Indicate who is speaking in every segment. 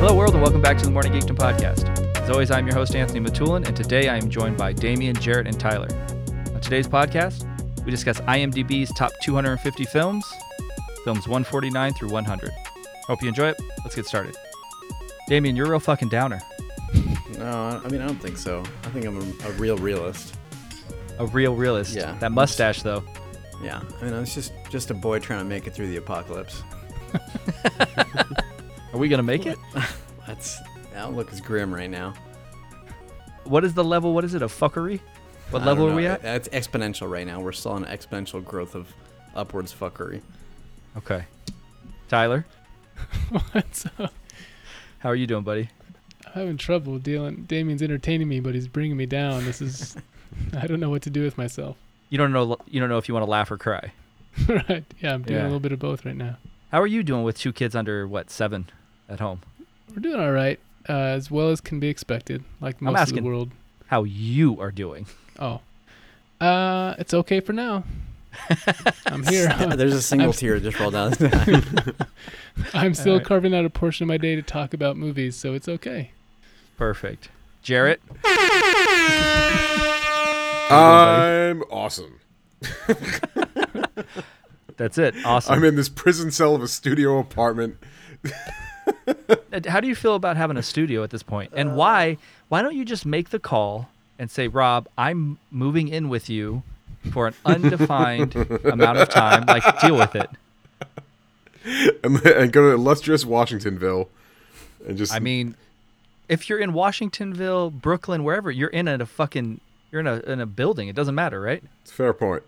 Speaker 1: Hello, world, and welcome back to the Morning Geekdom podcast. As always, I'm your host, Anthony Matulin, and today I am joined by Damian, Jarrett, and Tyler. On today's podcast, we discuss IMDb's top 250 films, films 149 through 100. Hope you enjoy it. Let's get started. Damian, you're a real fucking downer.
Speaker 2: No, I I mean I don't think so. I think I'm a, a real realist.
Speaker 1: A real realist.
Speaker 2: Yeah.
Speaker 1: That mustache, though.
Speaker 2: Yeah, I mean I was just just a boy trying to make it through the apocalypse.
Speaker 1: Are we going to make it?
Speaker 2: That's the outlook is grim right now.
Speaker 1: What is the level? What is it? A fuckery? What
Speaker 2: I
Speaker 1: level
Speaker 2: don't
Speaker 1: are we
Speaker 2: know.
Speaker 1: at?
Speaker 2: It's exponential right now. We're still on an exponential growth of upwards fuckery.
Speaker 1: Okay. Tyler,
Speaker 3: What's up?
Speaker 1: how are you doing, buddy?
Speaker 3: I'm having trouble dealing. Damien's entertaining me, but he's bringing me down. This is. I don't know what to do with myself.
Speaker 1: You don't know. You don't know if you want to laugh or cry.
Speaker 3: right. Yeah, I'm doing
Speaker 1: Yeah.
Speaker 3: a little bit of both right now.
Speaker 1: How are you doing with two kids under what seven at home?
Speaker 3: We're doing all right, uh, as well as can be expected, like most of
Speaker 1: asking.
Speaker 3: the world.
Speaker 1: How you are doing?
Speaker 3: Oh. Uh, it's okay for now. I'm here. I'm,
Speaker 2: There's a single
Speaker 3: I'm-
Speaker 2: tear that just rolled down. his eye.
Speaker 3: I'm still
Speaker 1: Alright.
Speaker 3: carving out a portion of my day to talk about movies, so it's okay.
Speaker 1: Perfect. Jarrett,
Speaker 4: I'm awesome.
Speaker 1: that's it. Awesome.
Speaker 4: I'm in this prison cell of a studio apartment.
Speaker 1: Uh, How do you feel about having a studio at this point? And why? Why don't you just make the call and say, Rob, I'm moving in with you for an undefined amount of time. Like, deal with it.
Speaker 4: and and go to illustrious Washingtonville and just
Speaker 1: I mean, if you're in Washingtonville, Brooklyn, wherever, you're in a fucking you're in a in a building. It doesn't matter, right?
Speaker 4: fair point.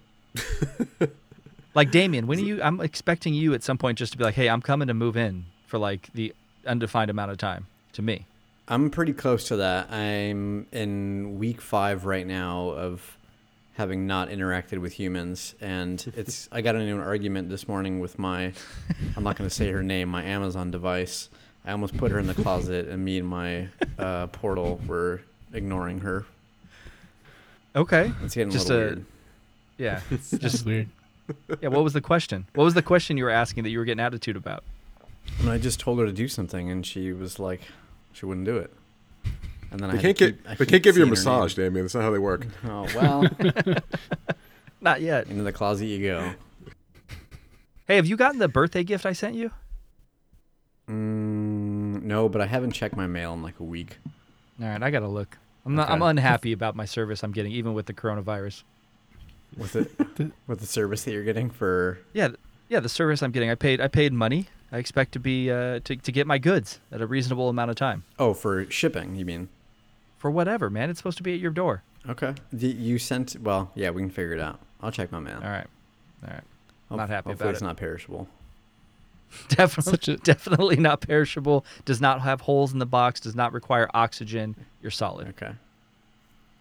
Speaker 1: Like Damien, when are you I'm expecting you at some point just to be like, "Hey, I'm coming to move in for like the undefined amount of time to me."
Speaker 2: I'm pretty close to that. I'm in week five right now of having not interacted with humans, and it's. I got into an argument this morning with my. I'm not going to say her name. My Amazon device. I almost put her in the closet, and me and my uh, portal were ignoring her.
Speaker 1: Okay.
Speaker 2: It's getting
Speaker 1: Just
Speaker 2: a little
Speaker 1: a-
Speaker 2: weird.
Speaker 1: Yeah.
Speaker 3: Just weird.
Speaker 1: Yeah, what was the question? What was the question you were asking that you were getting attitude about?
Speaker 2: And I just told her to do something, and she was like, she wouldn't do it. And then I had to
Speaker 4: They can't get
Speaker 2: keep- I
Speaker 4: they
Speaker 2: keep
Speaker 4: can't give you a
Speaker 2: seeing her name.
Speaker 4: massage, Damien. That's not how they work.
Speaker 2: Oh well,
Speaker 1: Not yet.
Speaker 2: into the closet you go.
Speaker 1: Hey, have you gotten the birthday gift I sent you?
Speaker 2: Mm, no, but I haven't checked my mail in like a week.
Speaker 1: All right, I got to look. I'm not,
Speaker 2: Okay.
Speaker 1: I'm unhappy about my service I'm getting even with the coronavirus.
Speaker 2: with it with the service that you're getting for
Speaker 1: Yeah, th- yeah, the service I'm getting. I paid I paid money. I expect to be uh, to to get my goods at a reasonable amount of time.
Speaker 2: oh for shipping you mean
Speaker 1: For whatever, man. It's supposed to be at your door.
Speaker 2: okay D- you sent well yeah we can figure it out i'll check my mail
Speaker 1: All right. All right.
Speaker 2: Ho-
Speaker 1: not happy
Speaker 2: hopefully
Speaker 1: about
Speaker 2: it's
Speaker 1: it.
Speaker 2: not perishable
Speaker 1: Definitely
Speaker 3: Such a-
Speaker 1: definitely not perishable. Does not have holes in the box, does not require oxygen. You're solid.
Speaker 2: okay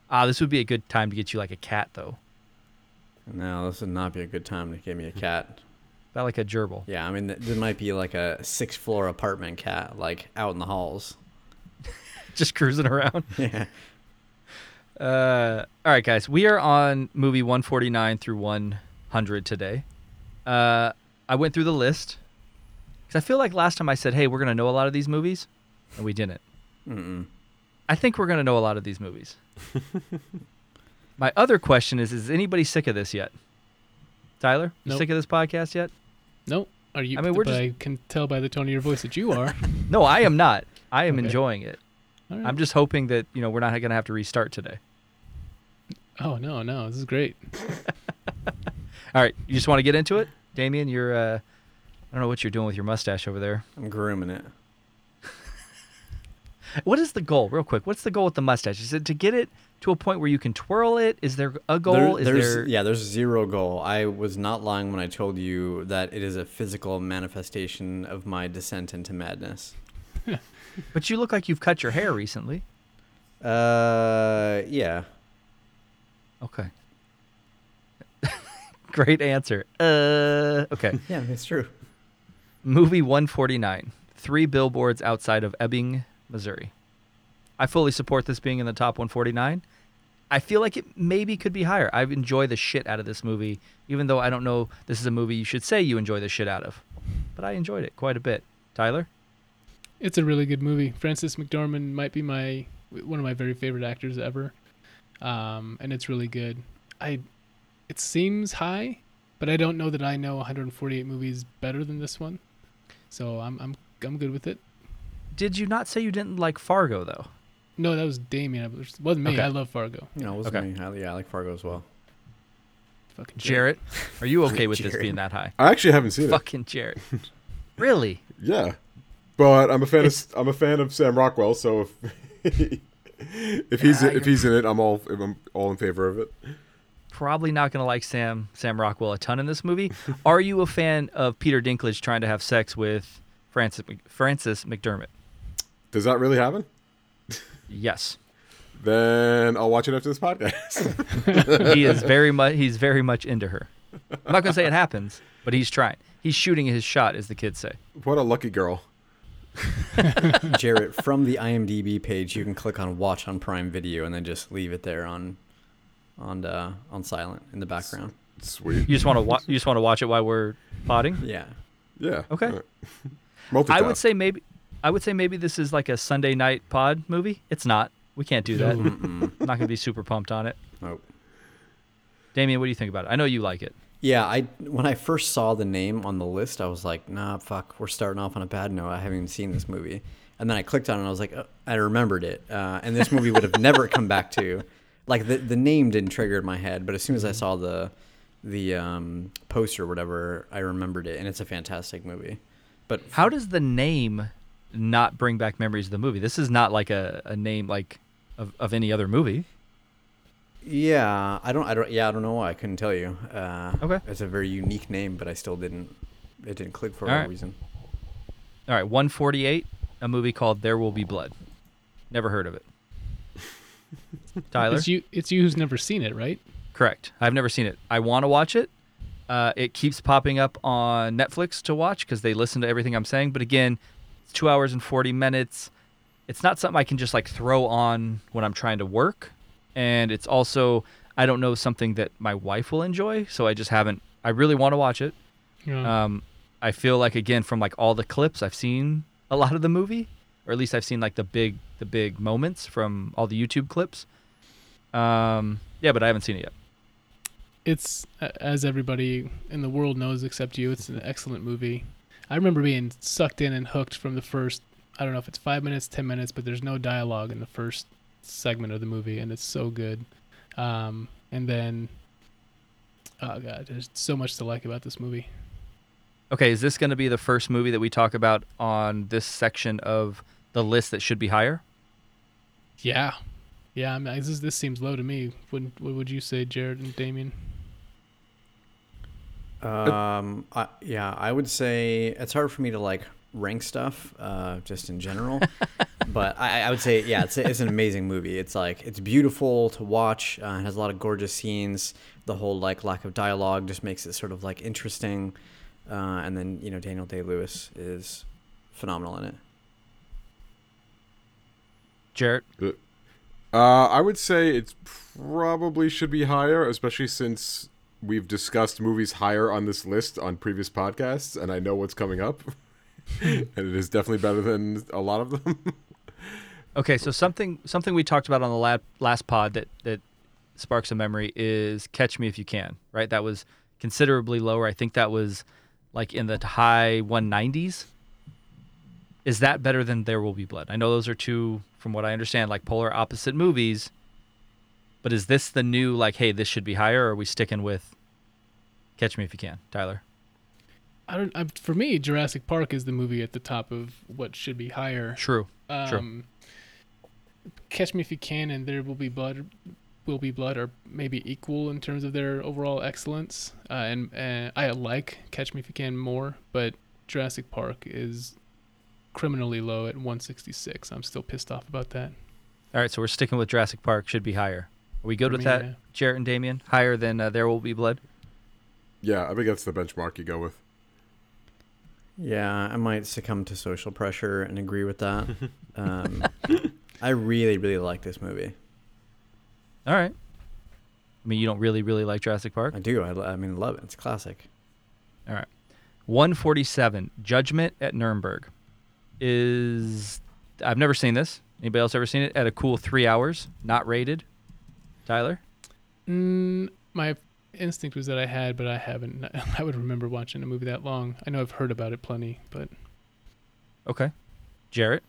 Speaker 1: Ah, this would be a good time to get you like a cat though.
Speaker 2: no this would not be a good time to give me a cat
Speaker 1: About like a gerbil.
Speaker 2: yeah i mean th- this might be like a six floor apartment cat like out in the halls
Speaker 1: Just cruising around.
Speaker 2: yeah
Speaker 1: Uh, all right, guys. We are on movie 149 through 100 today. Uh, I went through the list because I feel like last time I said, "Hey, we're gonna know a lot of these movies," and we didn't.
Speaker 2: Mm-mm.
Speaker 1: I think we're gonna know a lot of these movies. My other question is: Is anybody sick of this yet? Tyler, you
Speaker 3: Nope.
Speaker 1: sick of this podcast yet?
Speaker 3: Nope. Are you?
Speaker 1: I mean, we're
Speaker 3: but
Speaker 1: just-
Speaker 3: I can tell by the tone of your voice that you are.
Speaker 1: No, I am not. I am
Speaker 3: Okay.
Speaker 1: enjoying it.
Speaker 3: All right.
Speaker 1: I'm just hoping that you know we're not gonna have to restart today.
Speaker 3: Oh no, no, this is great.
Speaker 1: All right, you just want to get into it, Damien. You're, uh, I don't know what you're doing with your mustache over there.
Speaker 2: i'm grooming it
Speaker 1: What is the goal, real quick? What's the goal with the mustache? Is it to get it to a point where you can twirl it? Is there a goal?
Speaker 2: There-
Speaker 1: Is
Speaker 2: there's,
Speaker 1: there?
Speaker 2: Yeah, there's zero goal. I was not lying when I told you that it is a physical manifestation of my descent into madness.
Speaker 1: But you look like you've cut your hair recently.
Speaker 2: Uh, yeah.
Speaker 1: Okay. Great answer. Uh, okay.
Speaker 2: Yeah, it's true.
Speaker 1: Movie 149. Three billboards outside of Ebbing, Missouri. I fully support this being in the top 149. I feel like it maybe could be higher. I enjoy the shit out of this movie, even though I don't know this is a movie you should say you enjoy the shit out of. But I enjoyed it quite a bit. Tyler?
Speaker 3: it's a really good movie. Francis McDormand might be my one of my very favorite actors ever, um, and it's really good. I, it seems high, but I don't know that I know 148 movies better than this one, so I'm I'm I'm good with it.
Speaker 1: Did you not say you didn't like Fargo though?
Speaker 3: No, that was Damien. It wasn't me.
Speaker 1: Okay.
Speaker 3: I love Fargo.
Speaker 2: You know, it wasn't
Speaker 1: Okay.
Speaker 2: me. I, yeah, I like Fargo as well.
Speaker 3: Fucking jerk.
Speaker 1: Jarrett, are you okay with this
Speaker 2: Jarrett.
Speaker 1: being that high?
Speaker 4: I actually haven't seen it.
Speaker 1: Fucking Jarrett. really?
Speaker 4: Yeah, but I'm a fan. Of,
Speaker 1: It's-
Speaker 4: I'm a fan of Sam Rockwell. So if if he's
Speaker 1: Yeah,
Speaker 4: if
Speaker 1: you're-
Speaker 4: he's in it, I'm all I'm all in favor of it.
Speaker 1: Probably not going to like Sam Sam Rockwell a ton in this movie. Are you a fan of Peter Dinklage trying to have sex with Francis Mc- Francis McDermott?
Speaker 4: Does that really happen?
Speaker 1: Yes.
Speaker 4: Then I'll watch it after this podcast.
Speaker 1: he is very much he's very much into her. I'm not gonna say it happens, but he's trying. He's shooting his shot, as the kids say.
Speaker 4: what a lucky girl.
Speaker 2: Jarrett, from the IMDb page, you can click on Watch on Prime Video and then just leave it there on on uh, on silent in the background.
Speaker 4: Sweet.
Speaker 1: You just want to wa- you just want to watch it while we're potting.
Speaker 2: Yeah.
Speaker 4: Yeah.
Speaker 1: Okay.
Speaker 4: All right. Multitask.
Speaker 1: I would say maybe I would say maybe this is like a Sunday night pod movie. It's not. We can't do that. I'm
Speaker 2: Mm-mm.
Speaker 1: not gonna be super pumped on it.
Speaker 2: Nope.
Speaker 1: Damien, what do you think about it? I know you like it.
Speaker 2: Yeah, I when I first saw the name on the list, I was like, "Nah, fuck, we're starting off on a bad note. I haven't even seen this movie." And then I clicked on it, and I was like, oh, "I remembered it." Uh, and this movie would have never come back to, like the the name didn't trigger in my head, but as soon as
Speaker 1: Mm-hmm.
Speaker 2: I saw the the um, poster or whatever, I remembered it, and it's a fantastic movie. But
Speaker 1: How does the name not bring back memories of the movie? This is not like a, a name like of, of any other movie.
Speaker 2: yeah, I don't, I don't, yeah, I don't know why. I couldn't tell you. Uh,
Speaker 1: Okay.
Speaker 2: it's a very unique name, but I still didn't. It didn't click for
Speaker 1: All
Speaker 2: a
Speaker 1: right.
Speaker 2: reason.
Speaker 1: All right, 148, a movie called There Will Be Blood. Never heard of it. Tyler,
Speaker 3: It's you. It's you who's never seen it, right?
Speaker 1: correct. I've never seen it. I want to watch it. Uh, it keeps popping up on Netflix to watch because they listen to everything I'm saying. But again, it's two hours and 40 minutes. It's not something I can just like throw on when I'm trying to work. And it's also, I don't know, something that my wife will enjoy. So I just haven't, I really want to watch it.
Speaker 3: Yeah.
Speaker 1: Um, I feel like again from like all the clips I've seen a lot of the movie, or at least I've seen like the big the big moments from all the YouTube clips. Um, yeah, but I haven't seen it yet.
Speaker 3: it's a- as everybody in the world knows except you it's an excellent movie i remember being sucked in and hooked from the first i don't know if it's five minutes ten minutes but there's no dialogue in the first segment of the movie and it's so good um, and then oh god there's so much to like about this movie
Speaker 1: Okay, is this going to be the first movie that we talk about on this section of the list that should be higher?
Speaker 3: yeah yeah I mean, this, is- this seems low to me Wouldn't what would you say jared and damien
Speaker 2: Um, I, yeah, I would say it's hard for me to like rank stuff, uh, just in general. but I, I would say, yeah, it's, it's an amazing movie. It's like it's beautiful to watch. Uh, it has a lot of gorgeous scenes. The whole like lack of dialogue just makes it sort of like interesting. Uh, and then you know Daniel Day Lewis is phenomenal in it.
Speaker 1: Jarrett,
Speaker 4: Uh, I would say it's probably should be higher, especially since we've discussed movies higher on this list on previous podcasts, and I know what's coming up. and it is definitely better than a lot of them.
Speaker 1: Okay, so something something we talked about on the la- last pod that that sparks a memory is "Catch Me If You Can," right? That was considerably lower. I think that was like in the high 190s. Is that better than "There Will Be Blood"? I know those are two, from what I understand, like polar opposite movies. But is this the new like, hey, this should be higher? Or are we sticking with "Catch Me If You Can," Tyler?
Speaker 3: i don't I, for me jurassic park is the movie at the top of what should be higher
Speaker 1: True. Sure.
Speaker 3: Um, Catch Me If You Can and There Will Be Blood, Will Be Blood are maybe equal in terms of their overall excellence. Uh, and uh, I like Catch Me If You Can more, but Jurassic Park is criminally low at 166. I'm still pissed off about that.
Speaker 1: All right, so we're sticking with Jurassic Park. Should be higher. Are we good
Speaker 3: For
Speaker 1: with
Speaker 3: me,
Speaker 1: that,
Speaker 3: yeah.
Speaker 1: Jarrett and Damien? Higher than uh, "There Will Be Blood."
Speaker 4: yeah, I think that's the benchmark you go with.
Speaker 2: Yeah, I might succumb to social pressure and agree with that. um, I really, really like this movie.
Speaker 1: All right. I mean, you don't really, really like Jurassic Park.
Speaker 2: I do. I, lo- I mean, love it. It's a classic.
Speaker 1: 147, Judgment at Nuremberg. is I've never seen this. Anybody else ever seen it? At a cool three hours, not rated. Tyler,
Speaker 3: Mm, my instinct was that I had, but I haven't. I would remember watching a movie that long. I know I've heard about it plenty, but
Speaker 1: okay. Jarrett,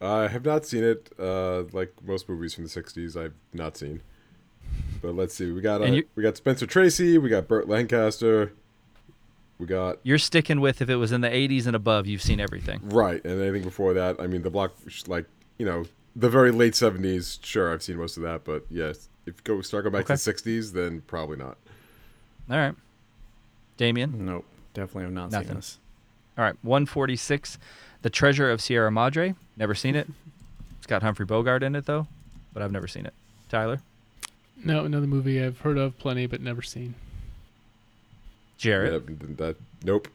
Speaker 4: I have not seen it. Uh, like most movies from the '60s, I've not seen. But let's see. We got uh,
Speaker 1: And you-
Speaker 4: we got Spencer Tracy. We got Burt Lancaster. We got
Speaker 1: you're sticking with if it was in the 80s and above, you've seen everything.
Speaker 4: right, and anything before that. I mean, the block, like you know, the very late '70s. Sure, I've seen most of that, but yes, if you go start going back
Speaker 1: Okay.
Speaker 4: to the '60s, then probably not.
Speaker 1: All right. Damien.
Speaker 2: Nope, definitely have not
Speaker 1: Nothing.
Speaker 2: seen this.
Speaker 1: All right. 146, The Treasure of Sierra Madre. Never seen it. It's got Humphrey Bogart in it, though, but I've never seen it. Tyler,
Speaker 3: no, another movie I've heard of plenty but never seen.
Speaker 1: Jarrett,
Speaker 4: Yeah, that, that nope.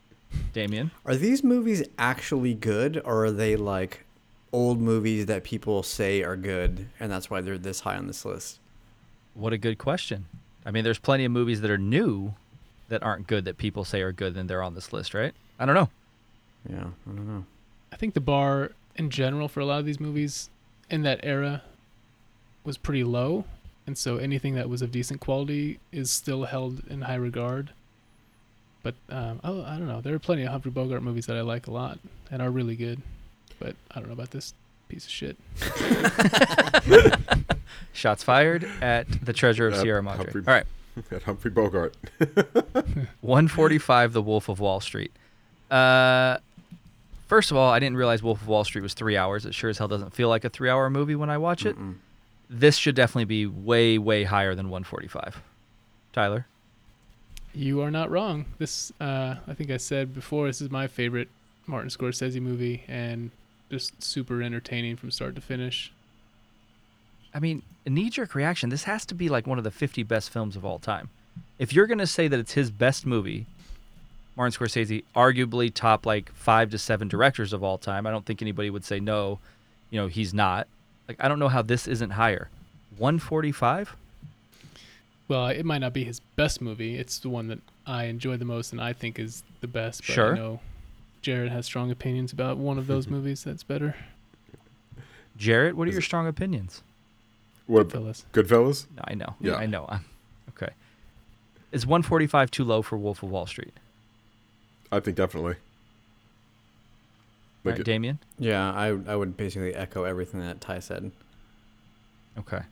Speaker 1: Damien.
Speaker 2: Are these movies actually good, or are they like old movies that people say are good, and that's why they're this high on this list?
Speaker 1: What a good question. I mean, there's plenty of movies that are new that aren't good that people say are good and they're on this list, right? I don't know.
Speaker 2: Yeah, I don't know.
Speaker 3: I think the bar in general for a lot of these movies in that era was pretty low, and so anything that was of decent quality is still held in high regard. But um, oh, I don't know. There are plenty of Humphrey Bogart movies that I like a lot and are really good, but I don't know about this piece of shit.
Speaker 1: Shots fired at The Treasure of
Speaker 4: Uh,
Speaker 1: Sierra Madre.
Speaker 4: Humphrey-
Speaker 1: All right.
Speaker 4: Got Humphrey Bogart.
Speaker 1: 145 The Wolf of Wall Street. Uh, first of all, I didn't realize Wolf of Wall Street was three hours. It sure as hell doesn't feel like a three hour movie when I watch it.
Speaker 2: Mm-mm.
Speaker 1: This should definitely be way, way higher than 145. Tyler,
Speaker 3: You are not wrong. This, uh, I think I said before, this is my favorite Martin Scorsese movie and just super entertaining from start to finish.
Speaker 1: I mean, a knee jerk reaction. This has to be like one of the 50 best films of all time. If you're going to say that it's his best movie, Martin Scorsese, arguably top like five to seven directors of all time, I don't think anybody would say no, you know, he's not. Like, I don't know how this isn't higher. 145?
Speaker 3: Well, it might not be his best movie. It's the one that I enjoy the most and I think is the best. But
Speaker 1: Sure.
Speaker 3: I know Jared has strong opinions about one of those movies that's better.
Speaker 1: Jarrett, what are
Speaker 4: Is
Speaker 1: your
Speaker 4: it-
Speaker 1: strong opinions?
Speaker 4: What
Speaker 3: Fellas.
Speaker 4: Goodfellas?
Speaker 1: No, I know.
Speaker 4: Yeah.
Speaker 1: I know. I'm, okay. Is 145 too low for Wolf of Wall Street?
Speaker 4: I think definitely.
Speaker 1: Right,
Speaker 4: Like it-
Speaker 1: Damien?
Speaker 2: Yeah, I I would basically echo everything that Ty said.
Speaker 1: Okay.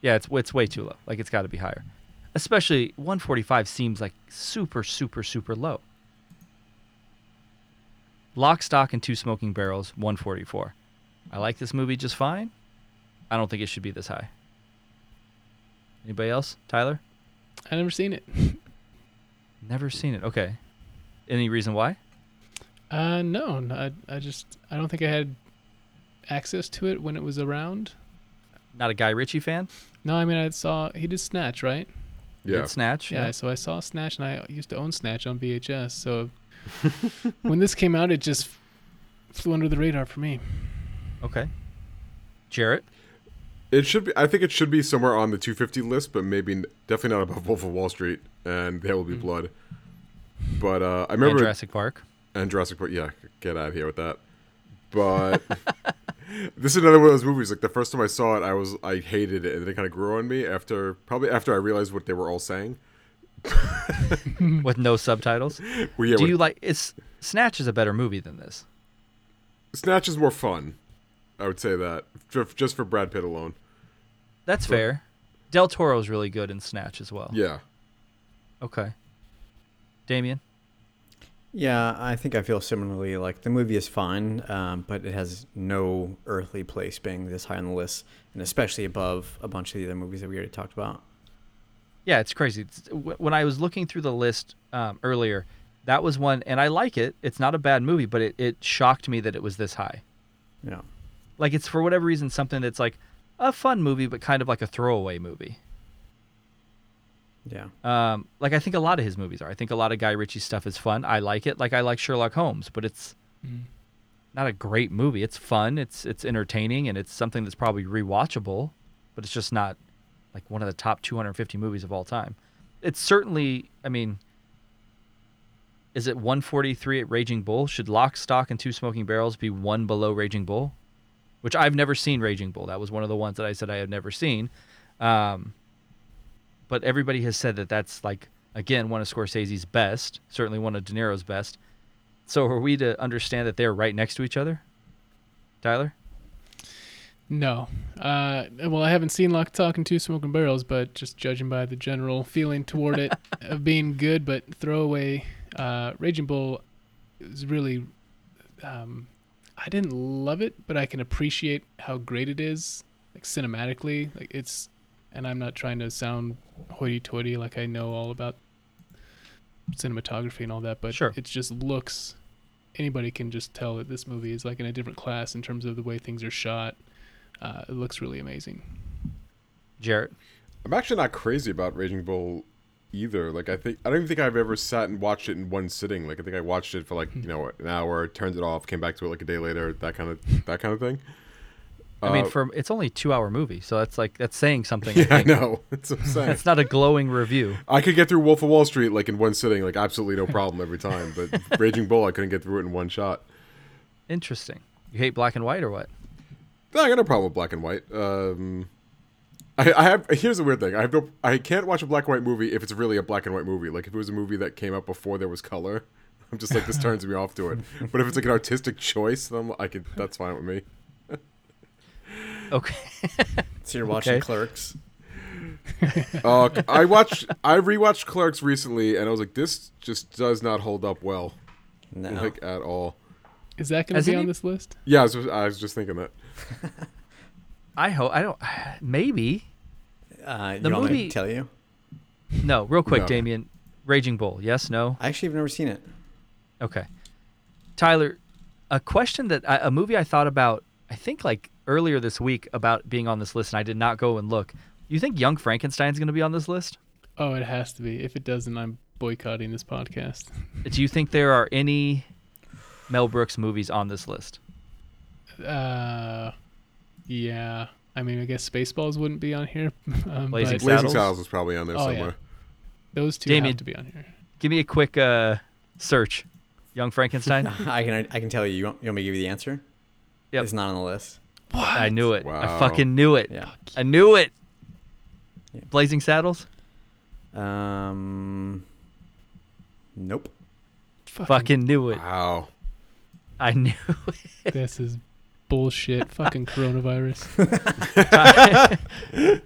Speaker 1: Yeah, it's it's way too low. Like it's got to be higher. Especially 145 seems like super super super low. Lock, stock, and two smoking barrels, 144. I like this movie just fine. I don't think it should be this high. Anybody else? Tyler?
Speaker 3: I never seen it.
Speaker 1: Never seen it. Okay. Any reason why?
Speaker 3: Uh, no, no, I, I just, I don't think I had access to it when it was around.
Speaker 1: Not a Guy Ritchie fan?
Speaker 3: No, I mean, I saw, he did Snatch, right?
Speaker 4: yeah.
Speaker 1: Did Snatch.
Speaker 3: Yeah, so I saw Snatch, and I used to own Snatch on VHS. So when this came out, it just flew under the radar for me.
Speaker 1: Okay. Jarrett.
Speaker 4: It should be. I think it should be somewhere on the 250 list, but maybe definitely not above Wolf of Wall Street and There Will Be
Speaker 3: Mhm.
Speaker 4: Blood. But uh, I
Speaker 1: and
Speaker 4: remember
Speaker 1: Jurassic Park.
Speaker 4: and Jurassic Park. Yeah, get out of here with that. But this is another one of those movies. Like the first time I saw it, I was I hated it, and then it kind of grew on me after probably after I realized what they were all saying.
Speaker 1: with no subtitles.
Speaker 4: Well, yeah,
Speaker 1: Do
Speaker 4: when-
Speaker 1: you like it's Snatch is a better movie than this.
Speaker 4: Snatch is more fun. I would say that ju- just for Brad Pitt alone.
Speaker 1: That's fair. Del Toro's really good in Snatch as well.
Speaker 4: Yeah,
Speaker 1: Okay. Damien,
Speaker 2: Yeah, I think I feel similarly. Like the movie is fine, um, but it has no earthly place being this high on the list, and especially above a bunch of the other movies that we already talked about.
Speaker 1: Yeah, it's crazy. It's, wh- when I was looking through the list um, earlier, that was one, and I like it. It's not a bad movie, but it, it shocked me that it was this high.
Speaker 2: Yeah,
Speaker 1: Like, it's for whatever reason something that's like a fun movie, but kind of like a throwaway movie.
Speaker 2: yeah,
Speaker 1: Um, like, I think a lot of his movies are. I think a lot of Guy Ritchie's stuff is fun. I like it. Like, I like Sherlock Holmes, but it's not a great movie. It's fun, it's it's entertaining, and it's something that's probably rewatchable, but it's just not like one of the top 250 movies of all time. It's certainly, I mean, Is it 143 at Raging Bull? Should Lock, Stock, and Two Smoking Barrels be one below Raging Bull? Which I've never seen Raging Bull. That was one of the ones that I said I had never seen. Um, but everybody has said that that's like again one of Scorsese's best, certainly one of De Niro's best. So are we to understand that they're right next to each other, Tyler?
Speaker 3: No. Uh, well, I haven't seen Lock, Talk, and Two Smoking Barrels, but just judging by the general feeling toward it of being good but throwaway, uh, Raging Bull is really. Um, I didn't love it, but I can appreciate how great it is, like cinematically. Like it's, and I'm not trying to sound hoity-toity, like I know all about cinematography and all that, but
Speaker 1: Sure.
Speaker 3: it just looks. Anybody can just tell that this movie is like in a different class in terms of the way things are shot. Uh, it looks really amazing.
Speaker 1: Jarrett.
Speaker 4: I'm actually not crazy about Raging Bull either. Like I think I don't even think I've ever sat and watched it in one sitting. Like I think I watched it for like you know an hour, turned it off, came back to it like a day later, that kind of that kind of thing.
Speaker 1: I mean,
Speaker 4: Uh,
Speaker 1: for it's only a two-hour movie, so that's like that's saying something. I
Speaker 4: yeah, I
Speaker 1: think.
Speaker 4: know. That's what I'm saying.
Speaker 1: That's not a glowing review.
Speaker 4: I could get through Wolf of Wall Street like in one sitting, like absolutely no problem every time. But Raging Bull, I couldn't get through it in one shot.
Speaker 1: Interesting. You hate black and white or what?
Speaker 4: No, I got no problem with black and white. Um, I, I have. Here's the weird thing. I have no. I can't watch a black and white movie if it's really a black and white movie. Like if it was a movie that came out before there was color, I'm just like this turns me off to it. But if it's like an artistic choice, then I'm- I could. That's fine with me.
Speaker 1: Okay.
Speaker 2: So you're watching
Speaker 1: Okay.
Speaker 2: Clerks.
Speaker 4: Uh, I watched. I rewatched Clerks recently, and I was like, this just does not hold up well,
Speaker 2: No.
Speaker 4: like at all.
Speaker 3: Is that going
Speaker 1: Has
Speaker 3: to be
Speaker 1: any-
Speaker 3: on this list?
Speaker 4: Yeah, I was, I was just thinking that.
Speaker 1: I hope I don't. Maybe
Speaker 2: uh, you
Speaker 1: the
Speaker 2: want me
Speaker 1: movie-
Speaker 2: to tell you?
Speaker 1: no. Real quick,
Speaker 4: No.
Speaker 1: Damien. Raging Bull. Yes. No.
Speaker 2: I actually have never seen it.
Speaker 1: Okay. Tyler, a question that I, a movie I thought about, I think like earlier this week about being on this list, and I did not go and look. You think Young Frankenstein's going to be on this list?
Speaker 3: Oh, it has to be. If it doesn't, I'm boycotting this podcast.
Speaker 1: Do you think there are any Mel Brooks movies on this list?
Speaker 3: Uh, yeah. I mean, I guess Spaceballs wouldn't be on here.
Speaker 1: Blazing
Speaker 3: Um, but
Speaker 1: Saddles?
Speaker 4: Blazing Saddles was probably on there
Speaker 3: Oh, yeah.
Speaker 4: somewhere.
Speaker 3: Those two
Speaker 1: Damien.
Speaker 3: have to be on here.
Speaker 1: Give me a quick uh, search. Young Frankenstein.
Speaker 2: I can I can tell you. You want, you want me to give you the answer?
Speaker 1: Yep.
Speaker 2: It's not on the list.
Speaker 1: I knew it. I
Speaker 4: Wow.
Speaker 1: fucking knew it.
Speaker 2: Yeah.
Speaker 1: I knew it.
Speaker 2: Yeah.
Speaker 1: Blazing Saddles.
Speaker 2: Um. Nope.
Speaker 1: Fucking knew it.
Speaker 4: Wow.
Speaker 1: I knew.
Speaker 3: This is bullshit. fucking coronavirus.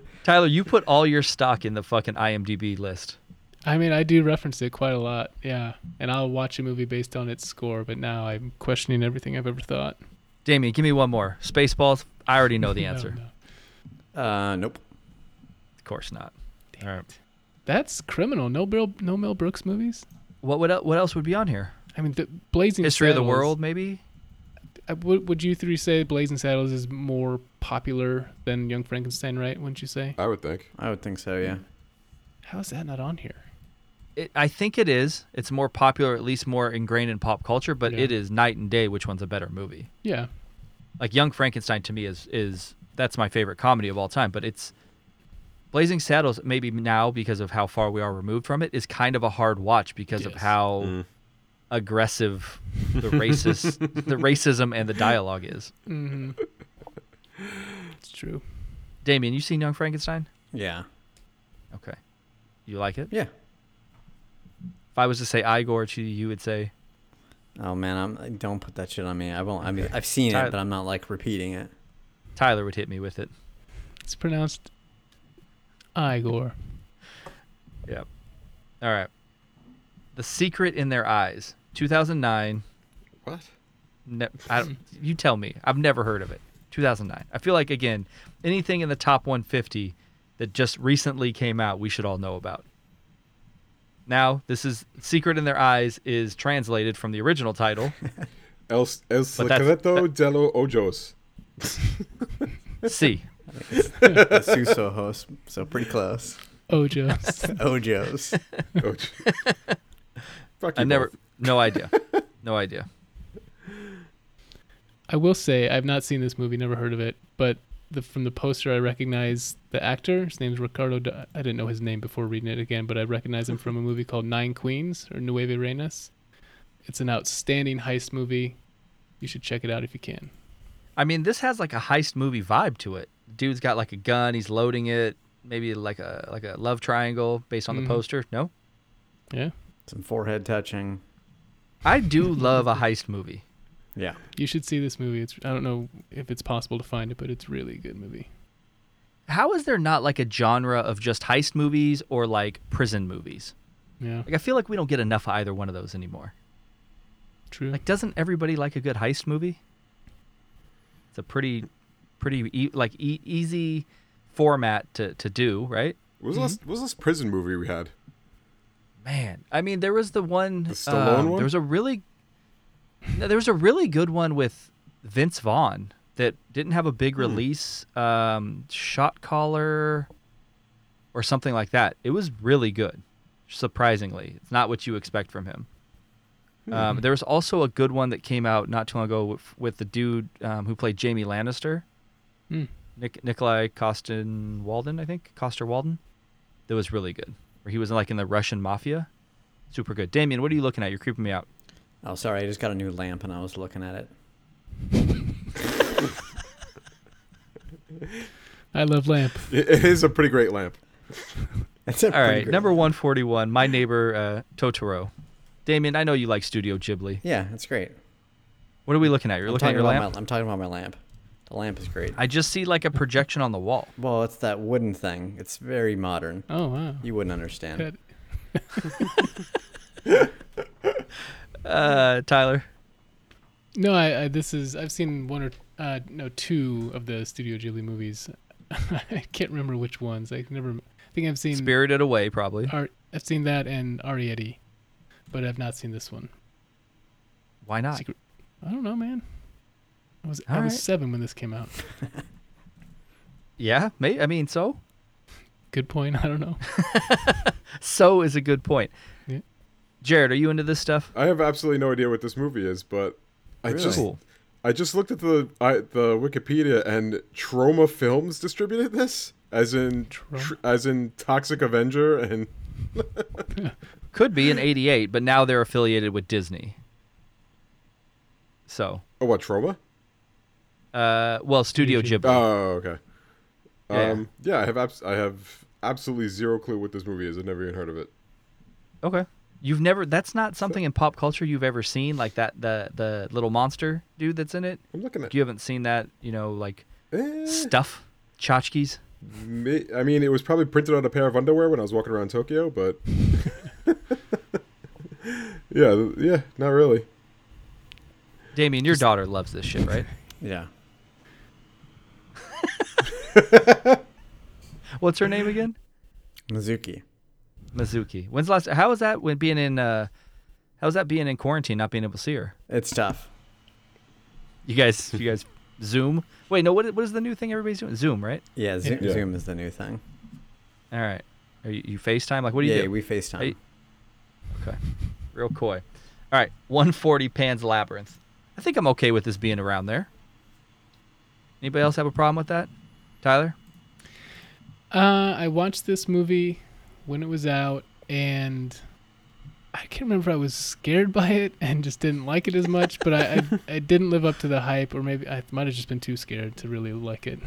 Speaker 1: Tyler, you put all your stock in the fucking IMDb list.
Speaker 3: I mean, I do reference it quite a lot. Yeah. And I'll watch a movie based on its score, but now I'm questioning everything I've ever thought.
Speaker 1: Damien, give me one more. Spaceballs. I already know the
Speaker 3: No,
Speaker 1: answer.
Speaker 3: no.
Speaker 2: Uh. Nope.
Speaker 1: Of course not.
Speaker 3: Damn
Speaker 1: All right.
Speaker 3: it. That's criminal. No Bill, no Mel Brooks movies.
Speaker 1: What would el- what else would be on here?
Speaker 3: I mean, the Blazing
Speaker 1: History of the
Speaker 3: Saddles-
Speaker 1: World, maybe.
Speaker 3: Uh, Would, would you three say Blazing Saddles is more popular than Young Frankenstein, right? Wouldn't you say?
Speaker 4: I would think.
Speaker 2: I would think so. Yeah.
Speaker 3: How is that not on here?
Speaker 1: It, I think it is. It's more popular, at least more ingrained in pop culture. But
Speaker 3: Yeah.
Speaker 1: it is night and day which one's a better movie.
Speaker 3: Yeah.
Speaker 1: Like Young Frankenstein to me is is that's my favorite comedy of all time. But it's Blazing Saddles. Maybe now because of how far we are removed from it is kind of a hard watch because of
Speaker 3: Yes.
Speaker 1: how
Speaker 4: Mm.
Speaker 1: aggressive the racist the racism and the dialogue is.
Speaker 3: hmm it's true.
Speaker 1: Damien, you seen Young Frankenstein?
Speaker 2: Yeah.
Speaker 1: Okay. You like it?
Speaker 2: Yeah.
Speaker 1: If I was to say Igor to you, you would say
Speaker 2: Oh man, I'm don't put that shit on me. I won't. I mean, I've seen
Speaker 1: Tyler-
Speaker 2: it, but I'm not like repeating it.
Speaker 1: Tyler would hit me with it.
Speaker 3: It's pronounced Igor.
Speaker 1: All right. The Secret in Their Eyes, 2009.
Speaker 4: What?
Speaker 1: Ne- I don't- you tell me. I've never heard of it. 2009. I feel like, again, anything in the top 150 that just recently came out, we should all know about. Now, this is Secret in Their Eyes is translated from the original title,
Speaker 4: El, el
Speaker 1: But that's-
Speaker 4: secreto de los ojos.
Speaker 1: C.
Speaker 2: The Suso host, so pretty close.
Speaker 3: Ojos.
Speaker 2: Ojo's.
Speaker 4: Oj- Fuck you
Speaker 1: I never,
Speaker 4: both.
Speaker 1: no idea. No idea.
Speaker 3: I will say I've not seen this movie, never heard of it, but the, from the poster I recognize the actor. His name's Ricardo. Da- I didn't know his name before reading it again, but I recognize him from a movie called Nine Queens or Nueve Reinas. It's an outstanding heist movie. You should check it out if you can.
Speaker 1: I mean, this has like a heist movie vibe to it. Dude's got like a gun. He's loading it. Maybe like a like a love triangle based on
Speaker 3: Mhm.
Speaker 1: the poster. No,
Speaker 3: Yeah,
Speaker 2: Some forehead touching.
Speaker 1: I do love a heist movie.
Speaker 2: Yeah.
Speaker 3: you should see this movie. It's I don't know if it's possible to find it, but it's really good movie.
Speaker 1: How is there not like a genre of just heist movies or like prison movies?
Speaker 3: Yeah,
Speaker 1: Like I feel like we don't get enough of either one of those anymore.
Speaker 3: true.
Speaker 1: Like doesn't everybody like a good heist movie? It's a pretty pretty e- like e- easy format to to do, right?
Speaker 4: What was, last,
Speaker 1: Mm-hmm.
Speaker 4: what was this prison movie we had?
Speaker 1: Man, I mean, there was the one.
Speaker 4: The Stallone
Speaker 1: um,
Speaker 4: one?
Speaker 1: There was a really, no, there was a really good one with Vince Vaughn that didn't have a big
Speaker 4: Hmm.
Speaker 1: release. Um, Shot caller, or something like that. It was really good. Surprisingly, it's not what you expect from him.
Speaker 4: Hmm.
Speaker 1: Um, there was also a good one that came out not too long ago with, with the dude um, who played Jamie Lannister,
Speaker 3: Hmm.
Speaker 1: Nick, Nikolai Costin Walden, I think Coster Walden. That was really good. Where he was like in the Russian mafia. Super good. Damien, what are you looking at? You're creeping me out.
Speaker 2: Oh, sorry. I just got a new lamp and I was looking at it.
Speaker 3: I love Lamp.
Speaker 4: It it is a pretty great lamp.
Speaker 2: That's a
Speaker 1: All right, number one forty one. My neighbor uh, Totoro. Damien, I know you like Studio Ghibli.
Speaker 2: Yeah, that's great.
Speaker 1: What are we looking at? You're
Speaker 2: I'm
Speaker 1: looking at
Speaker 2: talking,
Speaker 1: your
Speaker 2: about
Speaker 1: lamp.
Speaker 2: My, I'm talking about my lamp. The lamp is great.
Speaker 1: I just see like a projection on the wall.
Speaker 2: well, it's that wooden thing. It's very modern.
Speaker 3: Oh wow.
Speaker 2: You wouldn't understand.
Speaker 3: That-
Speaker 1: Uh, Tyler,
Speaker 3: No, I, I this is I've seen one or uh, no two of the Studio Ghibli movies. I can't remember which ones. I can never. I think I've seen
Speaker 1: Spirited Away, probably.
Speaker 2: uh,
Speaker 3: Ar- I've seen that and Arietti, but I've not seen this one.
Speaker 1: Why not?
Speaker 3: Secret- I don't know, man. I was I
Speaker 1: All
Speaker 3: was
Speaker 1: right.
Speaker 3: seven when this came out.
Speaker 1: Yeah, may, I mean, so
Speaker 3: Good point. I don't know.
Speaker 1: so is a good point.
Speaker 3: Yeah.
Speaker 1: Jared, are you into this stuff?
Speaker 4: I have absolutely no idea what this movie is, but I
Speaker 2: Really?
Speaker 4: just
Speaker 1: Cool.
Speaker 4: I just looked at the I, the Wikipedia and Trauma Films distributed this as in
Speaker 3: Trauma?
Speaker 4: tr- as in Toxic Avenger and
Speaker 1: Could be in '88, but now they're affiliated with Disney. So,
Speaker 4: oh what Trauma?
Speaker 1: uh, well, Studio
Speaker 3: Studio
Speaker 1: Ghibli.
Speaker 4: Oh okay.
Speaker 1: Yeah.
Speaker 4: Um, yeah, I have abs- I have absolutely zero clue what this movie is. I've never even heard of it.
Speaker 1: Okay. You've never that's not something in pop culture you've ever seen like that the the little monster dude that's in it.
Speaker 4: I'm looking at.
Speaker 1: You haven't seen that, you know, like
Speaker 4: Eh,
Speaker 1: stuff, tchotchkes.
Speaker 4: ma- I mean, it was probably printed on a pair of underwear when I was walking around Tokyo, but yeah, th- yeah, not really.
Speaker 1: Damien, your daughter loves this shit, right?
Speaker 2: Yeah.
Speaker 1: What's her name again?
Speaker 2: Mizuki.
Speaker 1: Mizuki. When's the last how was that when being in uh how was that being in quarantine not being able to see her?
Speaker 2: It's tough.
Speaker 1: You guys you guys Zoom? Wait, no, what is, what is the new thing everybody's doing? Zoom, right?
Speaker 2: Yeah, Zoom,
Speaker 4: Yeah.
Speaker 2: Zoom is the new thing.
Speaker 1: All right. Are you, you FaceTime? Like what do you
Speaker 2: yeah,
Speaker 1: do?
Speaker 2: we FaceTime.
Speaker 1: Hey. Okay. Real coy. All right. 140 Pan's Labyrinth. I think I'm okay with this being around there. Anybody else have a problem with that? Tyler?
Speaker 3: Uh, I watched this movie when it was out, and I can't remember if I was scared by it and just didn't like it as much, but I, I, I didn't live up to the hype, or maybe I might have just been too scared to really like it.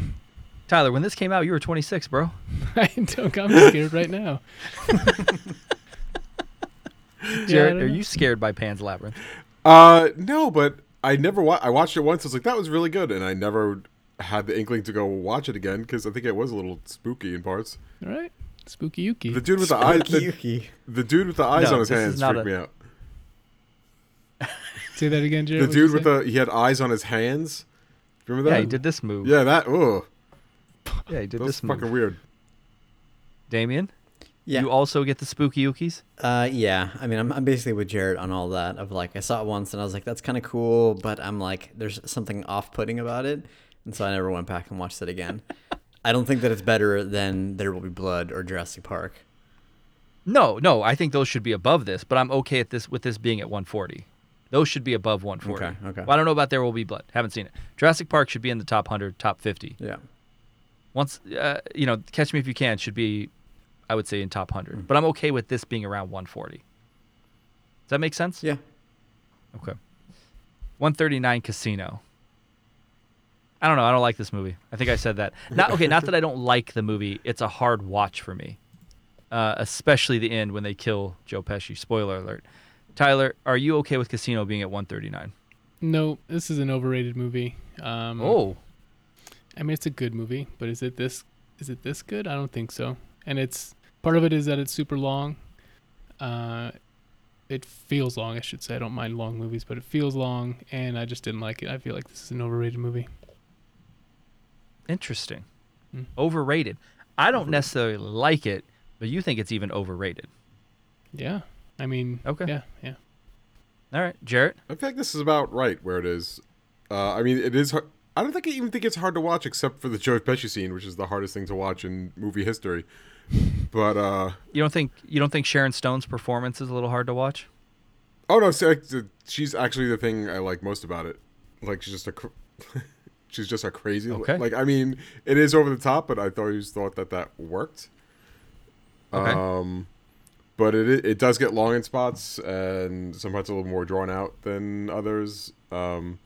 Speaker 1: Tyler, when this came out, you were 26, bro.
Speaker 3: I don't, I'm scared right now. Yeah, I
Speaker 1: Jared,
Speaker 3: don't
Speaker 1: are
Speaker 3: know.
Speaker 1: you scared by Pan's Labyrinth?
Speaker 4: Uh, no, but I never wa- I watched it once. I was like, that was really good, and I never had the inkling to go watch it again because I think it was a little spooky in parts.
Speaker 3: All right, spooky Yuki.
Speaker 4: The dude with the eyes, the,
Speaker 2: Yuki.
Speaker 4: the dude with the eyes
Speaker 1: No,
Speaker 4: on his
Speaker 1: this is
Speaker 4: hands
Speaker 1: not
Speaker 4: freaked
Speaker 1: a-
Speaker 4: me out.
Speaker 3: Say that again, Jared.
Speaker 4: The
Speaker 3: what'd you
Speaker 4: dude with
Speaker 3: say?
Speaker 4: the he had eyes on his hands. Remember
Speaker 1: Yeah,
Speaker 4: that?
Speaker 1: he did this move.
Speaker 4: Yeah, that. Oh,
Speaker 1: Yeah, he did
Speaker 4: that was
Speaker 1: this
Speaker 4: fucking
Speaker 1: move.
Speaker 4: weird.
Speaker 1: Damien?
Speaker 2: Yeah.
Speaker 1: You also get the spooky ookies?
Speaker 2: Uh, yeah. I mean, I'm, I'm basically with Jared on all that. Of like, I saw it once and I was like, that's kind of cool, but I'm like, there's something off-putting about it, and so I never went back and watched it again. I don't think that it's better than There Will Be Blood or Jurassic Park.
Speaker 1: No, no, I think those should be above this, but I'm okay at this with this being at 140. Those should be above 140.
Speaker 2: Okay, okay.
Speaker 1: Well, I don't know about There Will Be Blood. Haven't seen it. Jurassic Park should be in the top 100, top 50.
Speaker 2: Yeah.
Speaker 1: once uh, you know catch me if you can should be i would say in top 100 but i'm okay with this being around 140 does that make sense
Speaker 2: Yeah.
Speaker 1: Okay. 139 Casino. I don't know. I don't like this movie. I think I said that. Not okay. Not that I don't like the movie. It's a hard watch for me, uh, especially the end when they kill Joe Pesci. Spoiler alert. Tyler, are you okay with Casino being at 139?
Speaker 3: No, this is an overrated movie. Um,
Speaker 1: Oh,
Speaker 3: I mean, it's a good movie, but is it this? Is it this good? I don't think so. And it's part of it is that it's super long. Uh, it feels long, I should say. I don't mind long movies, but it feels long, and I just didn't like it. I feel like this is an overrated movie.
Speaker 1: interesting.
Speaker 3: Mm.
Speaker 1: Overrated. I don't necessarily like it, but you think it's even overrated.
Speaker 3: Yeah, I mean,
Speaker 1: Okay.
Speaker 3: yeah, yeah.
Speaker 1: All right, Jarrett.
Speaker 4: I feel like this is about right where it is. Uh, I mean, it is. Hard, I don't think I even think it's hard to watch, except for the Joe Pesci scene, which is the hardest thing to watch in movie history. But uh,
Speaker 1: You don't think you don't think Sharon Stone's performance is a little hard to watch?
Speaker 4: oh no, so, like, the- she's actually the thing I like most about it. Like she's just a, cr- she's just a crazy.
Speaker 1: Okay.
Speaker 4: Like I mean, it is over the top, but I thought always thought that that worked.
Speaker 1: Okay.
Speaker 4: Um, but it it does get long in spots, and sometimes a little more drawn out than others. Um,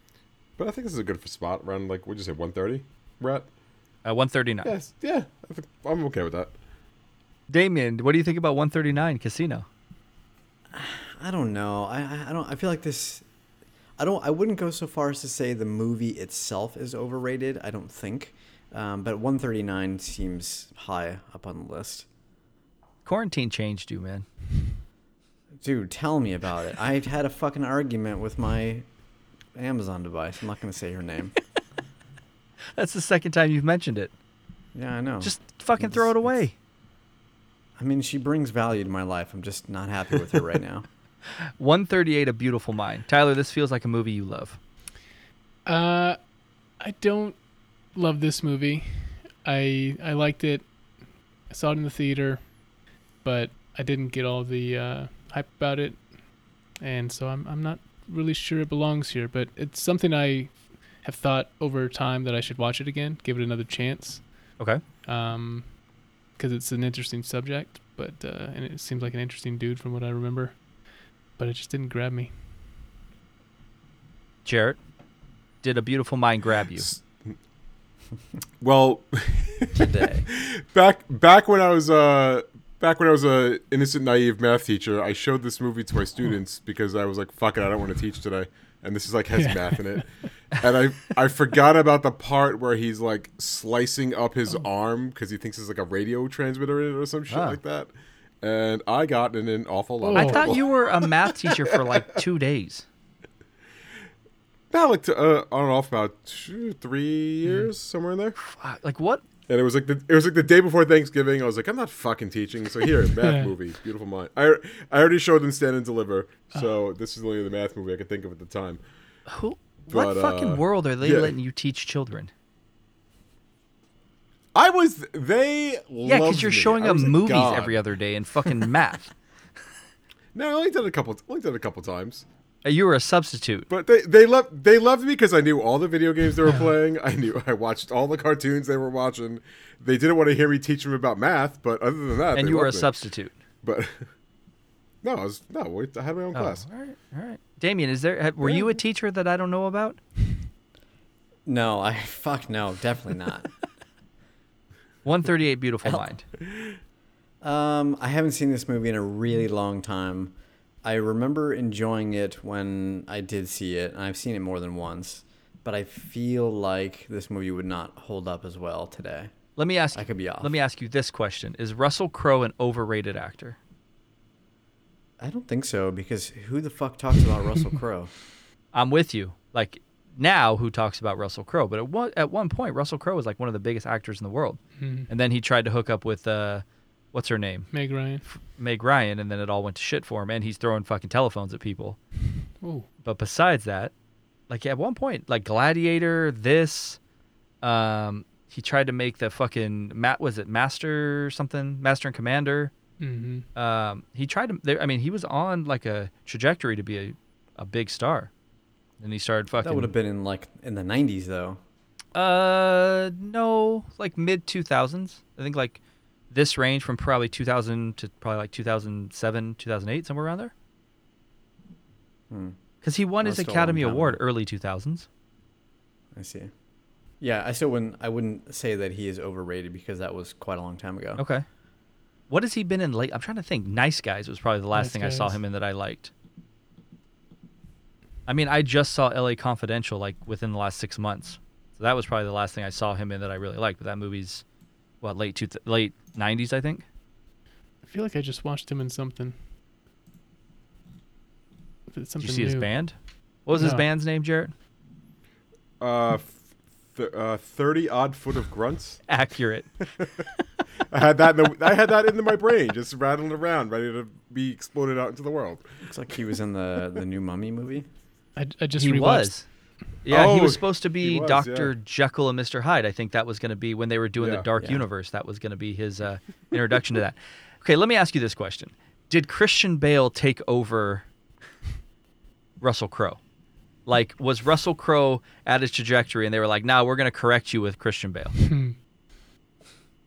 Speaker 4: but I think this is a good spot around like what'd you say, one thirty, Brett?
Speaker 1: Uh, 139.
Speaker 4: Yes, yeah, I think I'm okay with that.
Speaker 1: Damien, what do you think about 139 Casino?
Speaker 2: I don't know. I- I I don't. I feel like this. I don't. I wouldn't go so far as to say the movie itself is overrated. I don't think. Um, but 139 seems high up on the list.
Speaker 1: Quarantine changed you, man.
Speaker 2: Dude, tell me about it. I had a fucking argument with my Amazon device. I'm not gonna say her name.
Speaker 1: That's the second time you've mentioned it.
Speaker 2: Yeah, I know.
Speaker 1: Just fucking throw
Speaker 2: It's-
Speaker 1: it away.
Speaker 2: I mean, she brings value to my life. I'm just not happy with her right now.
Speaker 1: 138 A Beautiful Mind. Tyler, this feels like a movie you love.
Speaker 3: Uh, I don't love this movie. I I liked it. I saw it in the theater, but I didn't get all the uh, hype about it, and so I'm I'm not really sure it belongs here. But it's something I have thought over time that I should watch it again, give it another chance,
Speaker 1: Okay.
Speaker 3: um, because it's an interesting subject. But uh, and it seems like an interesting dude from what I remember, but it just didn't grab me.
Speaker 1: Jarrett, did A Beautiful Mind grab you?
Speaker 4: S- Well,
Speaker 2: Today.
Speaker 4: back back when I was uh back when I was a innocent naive math teacher, I showed this movie to my students because I was like, "Fuck it, I don't want to teach today." And this is like has
Speaker 3: Yeah.
Speaker 4: math in it, and I I forgot about the part where he's like slicing up his arm because he thinks it's like a radio transmitter in it or some shit
Speaker 1: Ah.
Speaker 4: like that, and I got in an awful lot. of
Speaker 3: Oh.
Speaker 1: I thought
Speaker 4: trouble.
Speaker 1: you were a math teacher for like two days.
Speaker 4: not like to, uh, on and off about two three years somewhere in there.
Speaker 1: Fuck, Like, what?
Speaker 4: And it was like the it was like the day before Thanksgiving. I was like, I'm not fucking teaching. So here, math movie, beautiful mind. I I already showed them stand and deliver. So this is only the math movie I could think of at the time.
Speaker 1: Who? what
Speaker 4: But,
Speaker 1: fucking
Speaker 4: uh,
Speaker 1: world are they
Speaker 4: yeah.
Speaker 1: letting you teach children?
Speaker 4: I was they
Speaker 1: Yeah,
Speaker 4: because
Speaker 1: because you're showing them movies every other day and fucking math.
Speaker 4: No, I only did it a couple. Only did it a couple times.
Speaker 1: Uh, You were a substitute.
Speaker 4: But they they loved they loved me because I knew all the video games they were playing. I knew I watched all the cartoons they were watching. They didn't want to hear me teach them about math, but other than that,
Speaker 1: And
Speaker 4: they
Speaker 1: you were a
Speaker 4: loved me.
Speaker 1: substitute.
Speaker 4: But no, I was no. wait, I had my own
Speaker 1: Oh,
Speaker 4: class.
Speaker 1: all right, all right. Damien, is there? ha- Were you a teacher that I don't know about?
Speaker 2: No, I fuck no, definitely not.
Speaker 1: 138 Beautiful Mind.
Speaker 2: Um, I haven't seen this movie in a really long time. I remember enjoying it when I did see it, and I've seen it more than once. But I feel like this movie would not hold up as well today.
Speaker 1: Let me ask.
Speaker 2: I could be off.
Speaker 1: Let me ask you this question: Is Russell Crowe an overrated actor?
Speaker 2: I don't think so because who the fuck talks about Russell Crowe?
Speaker 1: I'm with you. Like now, who talks about Russell Crowe? But at one at one point, Russell Crowe was like one of the biggest actors in the world, and then he tried to hook up with uh, what's her name,
Speaker 3: Hmm. Meg Ryan.
Speaker 1: Meg Ryan, and then it all went to shit for him. And he's throwing fucking telephones at people.
Speaker 3: Ooh.
Speaker 1: But besides that, like at one point, like Gladiator, this, um, he tried to make the fucking Matt was it Master something Master and Commander.
Speaker 3: Mm-hmm.
Speaker 1: um, he tried to. There, I mean, he was on like a trajectory to be a, a big star, and he started fucking.
Speaker 2: That would have been in like in the '90s though.
Speaker 1: Uh, no, like mid two thousands. I think like this range from probably two thousand to probably like two thousand seven, two thousand eight, somewhere around there.
Speaker 2: Hmm.
Speaker 1: Because because he
Speaker 2: Well,
Speaker 1: won his
Speaker 2: that's still a
Speaker 1: Academy
Speaker 2: long time
Speaker 1: Award
Speaker 2: ago.
Speaker 1: early 2000s.
Speaker 2: I see. Yeah, I still wouldn't. I wouldn't say that he is overrated because that was quite a long time
Speaker 3: Oh.
Speaker 2: ago.
Speaker 1: Okay. What has he been in late? I'm trying to think. Nice Guys was probably the last
Speaker 3: Nice
Speaker 1: thing I saw
Speaker 3: Guys.
Speaker 1: him in that I liked. I mean, I just saw LA Confidential like within the last six months, so that was probably the last thing I saw him in that I really liked. But that movie's what late two late 90s, I think.
Speaker 3: I feel like I just watched him in something. If It's
Speaker 1: Did
Speaker 3: something
Speaker 1: you see his
Speaker 3: new.
Speaker 1: band? What was his
Speaker 3: No.
Speaker 1: band's name, Jarrett?
Speaker 4: Uh, f- th- uh, thirty odd foot of grunts.
Speaker 1: Accurate.
Speaker 4: I had that. In the, I had that in my brain, just rattling around, ready to be exploded out into the world.
Speaker 2: Looks like he was in the the new Mummy movie.
Speaker 3: I, I just
Speaker 1: he
Speaker 3: rewatched.
Speaker 1: was. Yeah, he
Speaker 4: Oh,
Speaker 1: was supposed to be
Speaker 4: he was,
Speaker 1: Doctor
Speaker 4: yeah.
Speaker 1: Jekyll and Mister Hyde. I think that was going to be when they were doing the
Speaker 4: Yeah,
Speaker 1: Dark
Speaker 2: yeah.
Speaker 1: Universe. That was going to be his uh, introduction to that. Okay, let me ask you this question: Did Christian Bale take over Russell Crowe? Like, was Russell Crowe at his trajectory, and they were like, "Nah, we're going to correct you with Christian Bale."
Speaker 3: Hmm.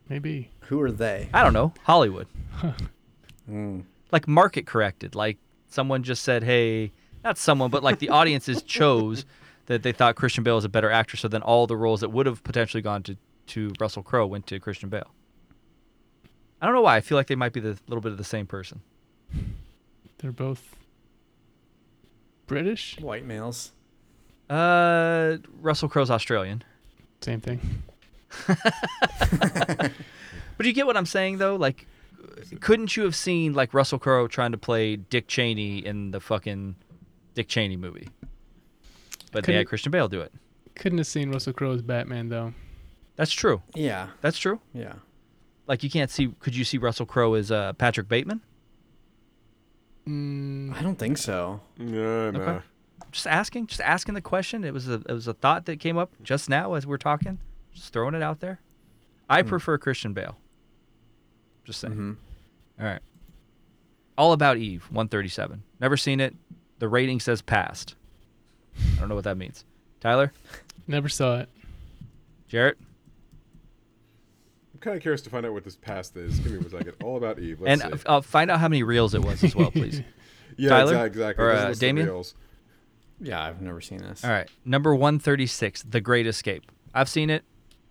Speaker 3: Maybe.
Speaker 2: Who are they?
Speaker 1: I don't know, Hollywood.
Speaker 2: Mm.
Speaker 1: like market corrected. Like someone just said, "Hey, not someone, but like the audiences chose that they thought Christian Bale was a better actor." So then all the roles that would have potentially gone to to Russell Crowe went to Christian Bale. I don't know why. I feel like they might be the little bit of the same person.
Speaker 3: They're both British.
Speaker 2: White males.
Speaker 1: Uh, Russell Crowe's Australian,
Speaker 3: Same thing.
Speaker 1: but you get what I'm saying though. Like, couldn't you have seen like Russell Crowe trying to play Dick Cheney in the fucking Dick Cheney movie? But they
Speaker 3: Couldn't-
Speaker 1: had Christian Bale do it.
Speaker 3: Couldn't have seen Russell Crowe as Batman though.
Speaker 1: That's true.
Speaker 2: Yeah,
Speaker 1: That's true.
Speaker 2: yeah.
Speaker 1: Like you can't see. Could you see Russell Crowe as uh, Patrick Bateman?
Speaker 3: Mm,
Speaker 2: I don't think so.
Speaker 4: No, no.
Speaker 1: Okay. Just asking. Just asking the question. It was a it was a thought that came up just now as we're talking. Just throwing it out there. I prefer Christian Bale. Just saying.
Speaker 2: hmm
Speaker 1: Mm-hmm. All right. All About Eve, 137. Never seen it. The rating says passed. I don't know what that means. Tyler,
Speaker 3: never saw it.
Speaker 1: Jarrett,
Speaker 4: I'm kind of curious to find out what this past is. Give me one second. All about Eve.
Speaker 1: and
Speaker 4: Let's
Speaker 1: uh,
Speaker 4: see.
Speaker 1: uh, find out how many reels it was as well, please.
Speaker 4: yeah,
Speaker 1: Tyler?
Speaker 4: exac- exactly.
Speaker 1: Or,
Speaker 4: This
Speaker 1: uh,
Speaker 4: list of
Speaker 1: Damien?
Speaker 4: reels.
Speaker 2: Yeah, I've never seen this.
Speaker 1: All right. Number 136, The Great Escape. I've seen it.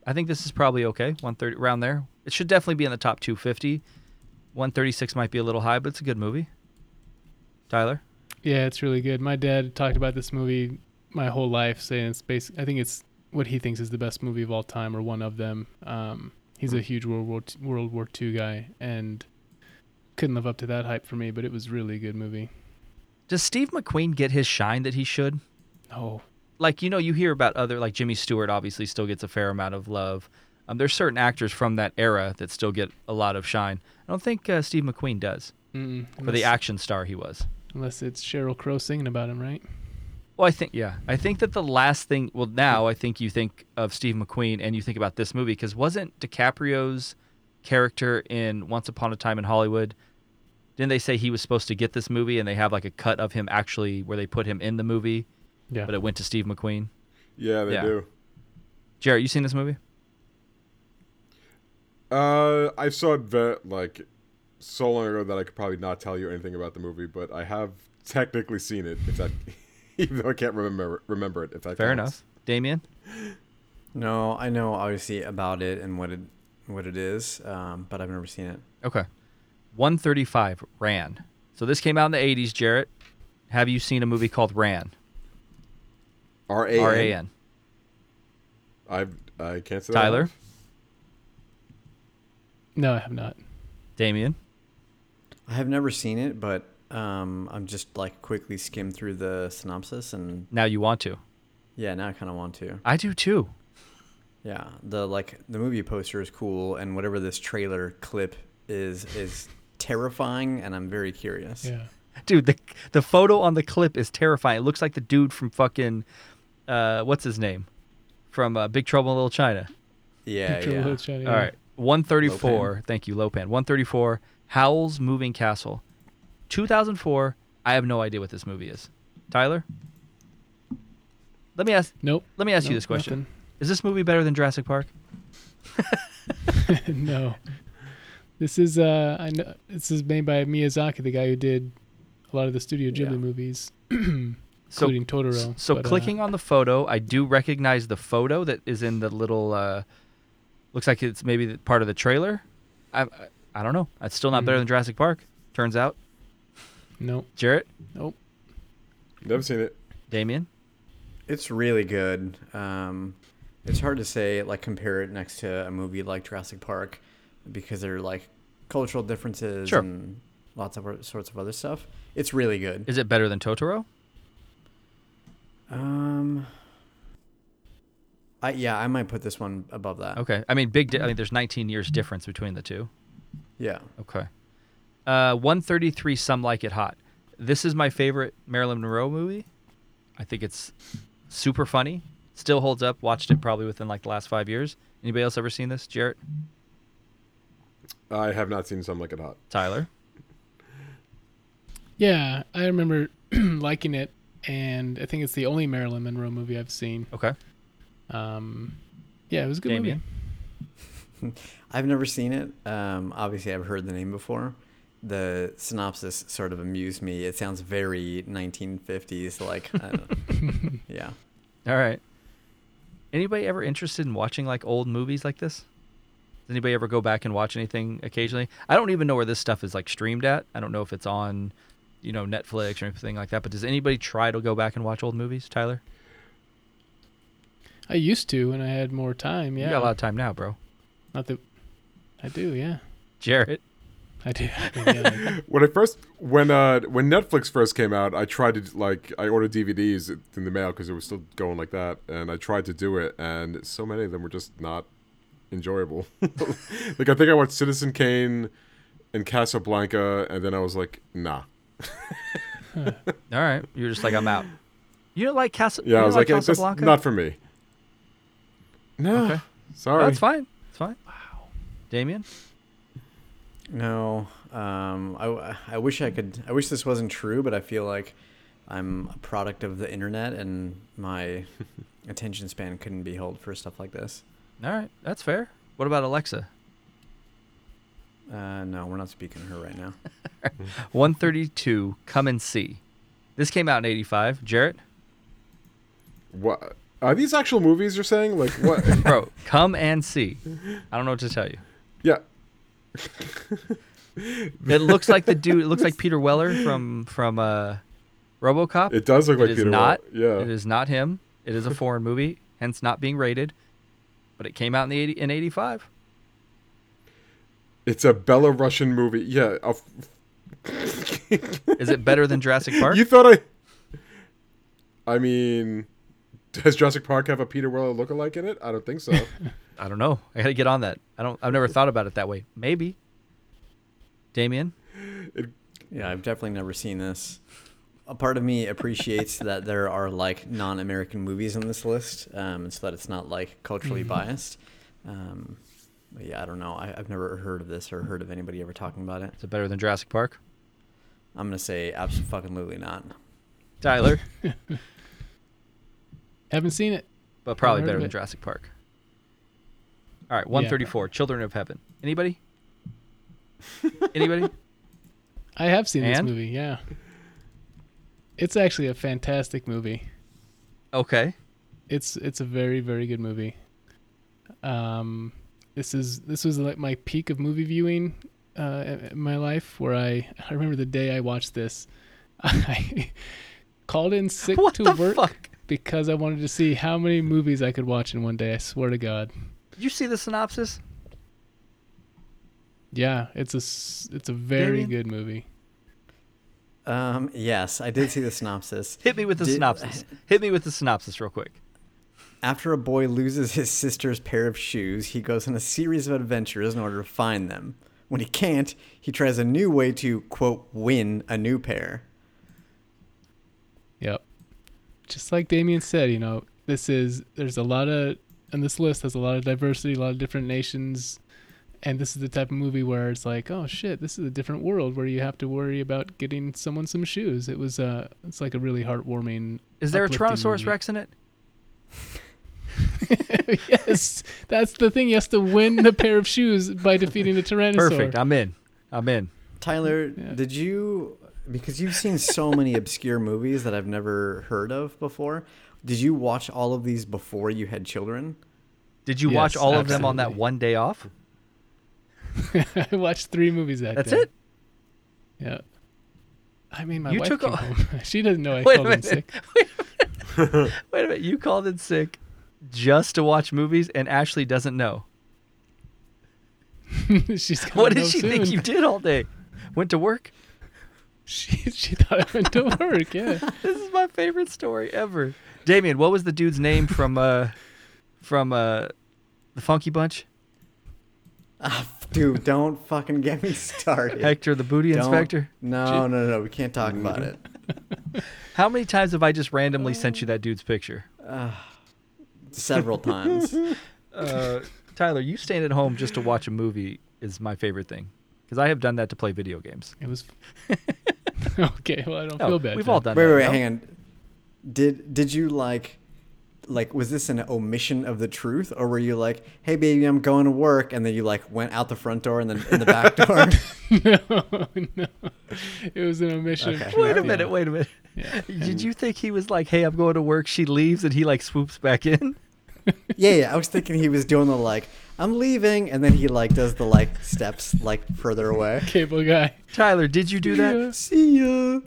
Speaker 1: I think this is probably okay. 130 around there. It should definitely be in the top 250. 136 might be a little high, but it's a good movie. Tyler?
Speaker 3: Yeah, it's really good. My dad talked about this movie my whole life, saying it's basic. I think it's what he thinks is the best movie of all time, or one of them. Um, he's
Speaker 1: Hmm.
Speaker 3: a huge World War II, World War II guy, and couldn't live up to that hype for me. But it was really good movie.
Speaker 1: Does Steve McQueen get his shine that he should?
Speaker 3: Oh,
Speaker 1: Like, you know, you hear about other like Jimmy Stewart obviously still gets a fair amount of love. Um, there's certain actors from that era that still get a lot of shine. I don't think uh, Steve McQueen does
Speaker 3: mm,
Speaker 1: for
Speaker 3: unless,
Speaker 1: the action star he was.
Speaker 3: unless it's Cheryl Crow singing about him, right?
Speaker 1: Well, I think yeah, I think that the last thing. Well, now I think you think of Steve McQueen and you think about this movie because wasn't DiCaprio's character in Once Upon a Time in Hollywood? Didn't they say he was supposed to get this movie and they have like a cut of him actually where they put him in the movie,
Speaker 3: Yeah,
Speaker 1: but it went to Steve McQueen?
Speaker 4: Yeah, they
Speaker 1: Yeah.
Speaker 4: do.
Speaker 1: Jared, you seen this movie?
Speaker 4: Uh, I saw it ve- like so long ago that I could probably not tell you anything about the movie, but I have technically seen it. If that, even though I can't remember remember it. If that
Speaker 1: Fair
Speaker 4: counts.
Speaker 1: enough. Damien,
Speaker 2: No, I know obviously about it and what it what it is, um, but I've never seen it.
Speaker 1: okay, one thirty-five Ran. So this came out in the eighties. Jarrett, have you seen a movie called Ran?
Speaker 4: R A
Speaker 1: R A N.
Speaker 4: I I can't say that.
Speaker 1: Tyler,
Speaker 3: no, I have not.
Speaker 1: Damien.
Speaker 2: I have never seen it, but um, I'm just like quickly skim through the synopsis and
Speaker 1: Now you want to.
Speaker 2: yeah, now I kind of want to.
Speaker 1: I do too.
Speaker 2: Yeah, the like the movie poster is cool, and whatever this trailer clip is is terrifying, and I'm very curious.
Speaker 3: Yeah,
Speaker 1: dude the the photo on the clip is terrifying it looks like the dude from fucking uh what's his name from uh, big trouble in little china
Speaker 2: yeah,
Speaker 3: Picture of
Speaker 2: yeah.
Speaker 3: Little China,
Speaker 1: all
Speaker 3: yeah.
Speaker 1: right 134 thank you lopan 134 howl's moving castle 2004 i have no idea what this movie is tyler let me ask
Speaker 3: Nope.
Speaker 1: let me ask you
Speaker 3: Nope,
Speaker 1: this question is this movie better than jurassic park
Speaker 3: nothing. no, this is uh, I know this is made by Miyazaki, the guy who did a lot of the Studio Ghibli
Speaker 2: Yeah.
Speaker 3: movies.
Speaker 1: So-
Speaker 3: including Totoro.
Speaker 1: So
Speaker 3: but, uh,
Speaker 1: clicking on the photo, I do recognize the photo that is in the little. Uh, looks like it's maybe the- part of the trailer. I I, I don't know. It's still not better
Speaker 3: Mhm.
Speaker 1: than Jurassic Park. Turns out,
Speaker 3: no,
Speaker 1: Jarrett,
Speaker 4: Never seen it.
Speaker 1: Damien,
Speaker 2: It's really good. Um, it's hard to say like compare it next to a movie like Jurassic Park because there are like cultural differences
Speaker 1: Sure.
Speaker 2: and lots of other- sorts of other stuff. It's really good.
Speaker 1: is it better than Totoro?
Speaker 2: Um, I yeah, I might put this one above that.
Speaker 1: Okay. I mean, big. Di- I think there's 19
Speaker 3: Hmm.
Speaker 1: years difference between the two.
Speaker 2: Yeah.
Speaker 1: Okay. Uh, 133. Some like it hot. This is my favorite Marilyn Monroe movie. I think it's super funny. Still holds up. Watched it probably within like the last five years. Anybody else ever seen this? Jarrett,
Speaker 4: I have not seen Some Like It Hot.
Speaker 1: Tyler.
Speaker 3: yeah, I remember liking it, and I think it's the only Marilyn Monroe movie I've seen.
Speaker 1: Okay.
Speaker 3: Um, yeah, it was a good
Speaker 1: Damien.
Speaker 3: movie.
Speaker 2: I've never seen it. Um, obviously, I've heard the name before. The synopsis sort of amused me. It sounds very 1950s, like, I don't- yeah.
Speaker 1: All right. Anybody ever interested in watching like old movies like this? Does anybody ever go back and watch anything occasionally? I don't even know where this stuff is like streamed at. I don't know if it's on, you know, Netflix or anything like that. But does anybody try to go back and watch old movies, Tyler?
Speaker 3: I used to when I had more time. Yeah,
Speaker 1: You got a lot of time now, bro.
Speaker 3: not that I do. Yeah,
Speaker 1: Jarrett.
Speaker 3: I do. Yeah.
Speaker 4: When I first, when uh, when Netflix first came out, I tried to like I ordered DVDs in the mail because it was still going like that, and I tried to do it, and so many of them were just not enjoyable. like I think I watched Citizen Kane and Casablanca, and then I was like, nah.
Speaker 1: All right. You're just like, I'm out. You don't like Casa- you
Speaker 4: Yeah, I
Speaker 1: don't
Speaker 4: was like, "Eh, this
Speaker 1: Casablanca?
Speaker 4: not for me. No,
Speaker 1: Okay.
Speaker 4: sorry.
Speaker 1: No, it's fine. It's fine. Wow. Damien?
Speaker 2: No, um, I, I wish I could. I wish this wasn't true, but I feel like I'm a product of the internet, and my attention span couldn't be held for stuff like this.
Speaker 1: All right. That's fair. What about Alexa?
Speaker 2: Uh, no, we're not speaking to her right now.
Speaker 1: 132, Come and See. This came out in 85. Jarrett?
Speaker 4: What are these actual movies you're saying? Like what?
Speaker 1: Bro, come and see. I don't know what to tell you.
Speaker 4: yeah,
Speaker 1: It looks like the dude. It looks like Peter Weller from from uh, RoboCop.
Speaker 4: it does look
Speaker 1: It
Speaker 4: like
Speaker 1: is
Speaker 4: Peter. Weller.
Speaker 1: not.
Speaker 4: Yeah.
Speaker 1: It is not him. It is a foreign movie, hence not being rated. But it came out in the 80, in eighty five.
Speaker 4: It's a Belarusian movie. Yeah. a f-
Speaker 1: Is it better than Jurassic Park?
Speaker 4: You thought I. I mean, does Jurassic Park have a Peter Weller lookalike in it? I don't think so.
Speaker 1: I don't know. I gotta get on that. I don't. I've never thought about it that way. Maybe. Damien.
Speaker 2: Yeah, I've definitely never seen this. A part of me appreciates that there are like non-American movies on this list, um, and so that it's not like culturally biased. Um, but yeah, I don't know. I, I've never heard of this or heard of anybody ever talking about it.
Speaker 1: Is it better than Jurassic Park?
Speaker 2: I'm gonna say absolutely not.
Speaker 1: Tyler.
Speaker 3: Haven't seen it.
Speaker 1: But probably
Speaker 3: heard
Speaker 1: better
Speaker 3: of
Speaker 1: than
Speaker 3: it.
Speaker 1: Jurassic Park. All right, 134, Children of Heaven. Anybody? Anybody?
Speaker 3: I have seen
Speaker 1: And?
Speaker 3: this movie. Yeah, it's actually a fantastic movie.
Speaker 1: Okay.
Speaker 3: It's it's a very very good movie. Um, this is this was like my peak of movie viewing uh, in my life, where I I remember the day I watched this, I called in sick
Speaker 1: What
Speaker 3: to
Speaker 1: the
Speaker 3: work
Speaker 1: fuck?
Speaker 3: because I wanted to see how many movies I could watch in one day. I swear to God.
Speaker 1: Did you see the synopsis?
Speaker 3: Yeah, it's a s- it's a very
Speaker 1: Damien?
Speaker 3: good movie.
Speaker 2: Um, yes, I did see the synopsis.
Speaker 1: Hit me with the
Speaker 2: Did-
Speaker 1: synopsis. Hit me with the synopsis real quick.
Speaker 2: After a boy loses his sister's pair of shoes, he goes on a series of adventures in order to find them. When he can't, he tries a new way to quote win a new pair.
Speaker 3: Yep. Just like Damien said, you know, this is there's a lot of and this list has a lot of diversity, a lot of different nations, and this is the type of movie where it's like, oh shit, this is a different world where you have to worry about getting someone some shoes. It was uh, it's like a really heartwarming.
Speaker 1: Is there a
Speaker 3: uplifting
Speaker 1: Tyrannosaurus
Speaker 3: movie.
Speaker 1: Rex in it?
Speaker 3: yes, that's the thing. He has to win the pair of shoes by defeating the Tyrannosaur.
Speaker 1: Perfect. I'm in. I'm in.
Speaker 2: Tyler,
Speaker 3: Yeah.
Speaker 2: did you because you've seen so many obscure movies that I've never heard of before. Did you watch all of these before you had children?
Speaker 1: Did you
Speaker 3: Yes,
Speaker 1: watch all of them on that
Speaker 3: absolutely.
Speaker 1: one day off?
Speaker 3: I watched three movies that
Speaker 1: That's
Speaker 3: day.
Speaker 1: it.
Speaker 3: Yeah. I mean, my
Speaker 1: You
Speaker 3: wife
Speaker 1: took
Speaker 3: came
Speaker 1: a-
Speaker 3: home. she doesn't know I
Speaker 1: Wait a
Speaker 3: called in
Speaker 1: minute.
Speaker 3: sick.
Speaker 1: Wait a minute. You called in sick just to watch movies, and Ashley doesn't know.
Speaker 3: She's gonna
Speaker 1: What did
Speaker 3: know
Speaker 1: she
Speaker 3: soon.
Speaker 1: think you did all day? Went to work.
Speaker 3: She, she thought I went to work. Yeah.
Speaker 1: This is my favorite story ever. Damien, what was the dude's name from uh from uh the Funky Bunch?
Speaker 2: Ah, f- dude, don't fucking get me started.
Speaker 1: Hector the Booty
Speaker 2: Don't-
Speaker 1: Inspector.
Speaker 2: No, no, no, we can't talk about it.
Speaker 1: How many times have I just randomly sent you that dude's picture?
Speaker 2: Several times.
Speaker 1: Uh, Tyler, you staying at home just to watch a movie is my favorite thing because I have done that to play video games.
Speaker 3: It was. okay. Well, I don't
Speaker 1: No,
Speaker 3: feel bad.
Speaker 1: Oh, we've
Speaker 3: then.
Speaker 1: all done.
Speaker 2: Wait,
Speaker 1: that,
Speaker 2: wait,
Speaker 1: no?
Speaker 2: hang on. Did did you like like was this an omission of the truth or were you like, "Hey baby, I'm going to work," and then you like went out the front door and then in the back door?
Speaker 3: no, no. It was an omission. of
Speaker 2: Okay.
Speaker 3: truth,
Speaker 1: Wait a
Speaker 3: yeah.
Speaker 1: minute. Wait a minute.
Speaker 3: Yeah.
Speaker 1: Did you think he was like, "Hey, I'm going to work." She leaves, and he like swoops back in.
Speaker 2: yeah, yeah, I was thinking he was doing the like, "I'm leaving," and then he like does the like steps like further away.
Speaker 3: Cable guy.
Speaker 1: Tyler, did you do that?
Speaker 2: See ya.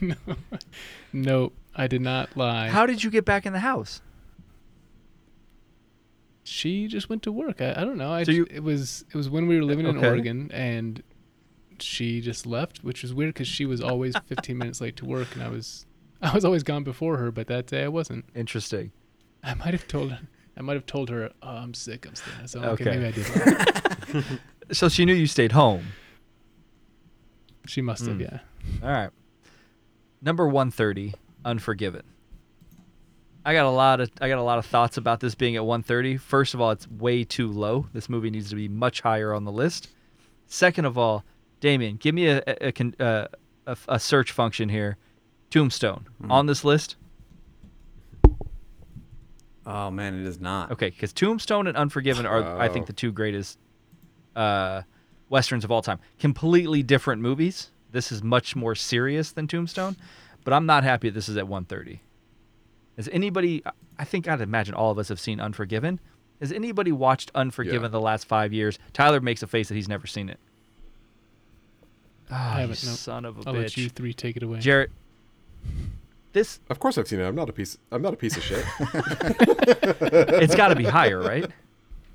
Speaker 3: no. Nope. I did not lie.
Speaker 1: How did you get back in the house?
Speaker 3: she just went to work. I, I don't know. I
Speaker 1: So you-
Speaker 3: it was it was when we were living in
Speaker 1: Okay.
Speaker 3: Oregon and she just left, which was weird because she was always 15 minutes late to work, and I was I was always gone before her, but that day I wasn't.
Speaker 1: Interesting.
Speaker 3: I might have told her. I might have told her, oh, I'm sick. I'm staying. So, okay,
Speaker 1: Okay.
Speaker 3: maybe I did. lie."
Speaker 1: So she knew you stayed home.
Speaker 3: She must have.
Speaker 1: Hmm.
Speaker 3: Yeah.
Speaker 1: All right. Number 130, Unforgiven. I got a lot of I got a lot of thoughts about this being at 130. First of all, it's way too low. This movie needs to be much higher on the list. Second of all, Damien, give me a a, a con- uh, a, a search function here. Tombstone on this list.
Speaker 2: Oh man, it is not.
Speaker 1: Okay, because Tombstone and Unforgiven are, I think,
Speaker 4: Oh.
Speaker 1: the two greatest uh, westerns of all time. Completely different movies. This is much more serious than Tombstone, but I'm not happy this is at 130. Has anybody? I- I think I'd imagine all of us have seen Unforgiven. Has anybody watched Unforgiven
Speaker 4: Yeah.
Speaker 1: the last five years? Tyler makes a face that he's never seen it. Ah, you
Speaker 3: haven't, nope.
Speaker 1: son of a
Speaker 3: I'll let you
Speaker 1: bitch,
Speaker 3: three take it away.
Speaker 1: Jarrett. This
Speaker 4: Of course, I've seen it. I'm not a piece. I'm not a piece of shit.
Speaker 1: it's got to be higher, right?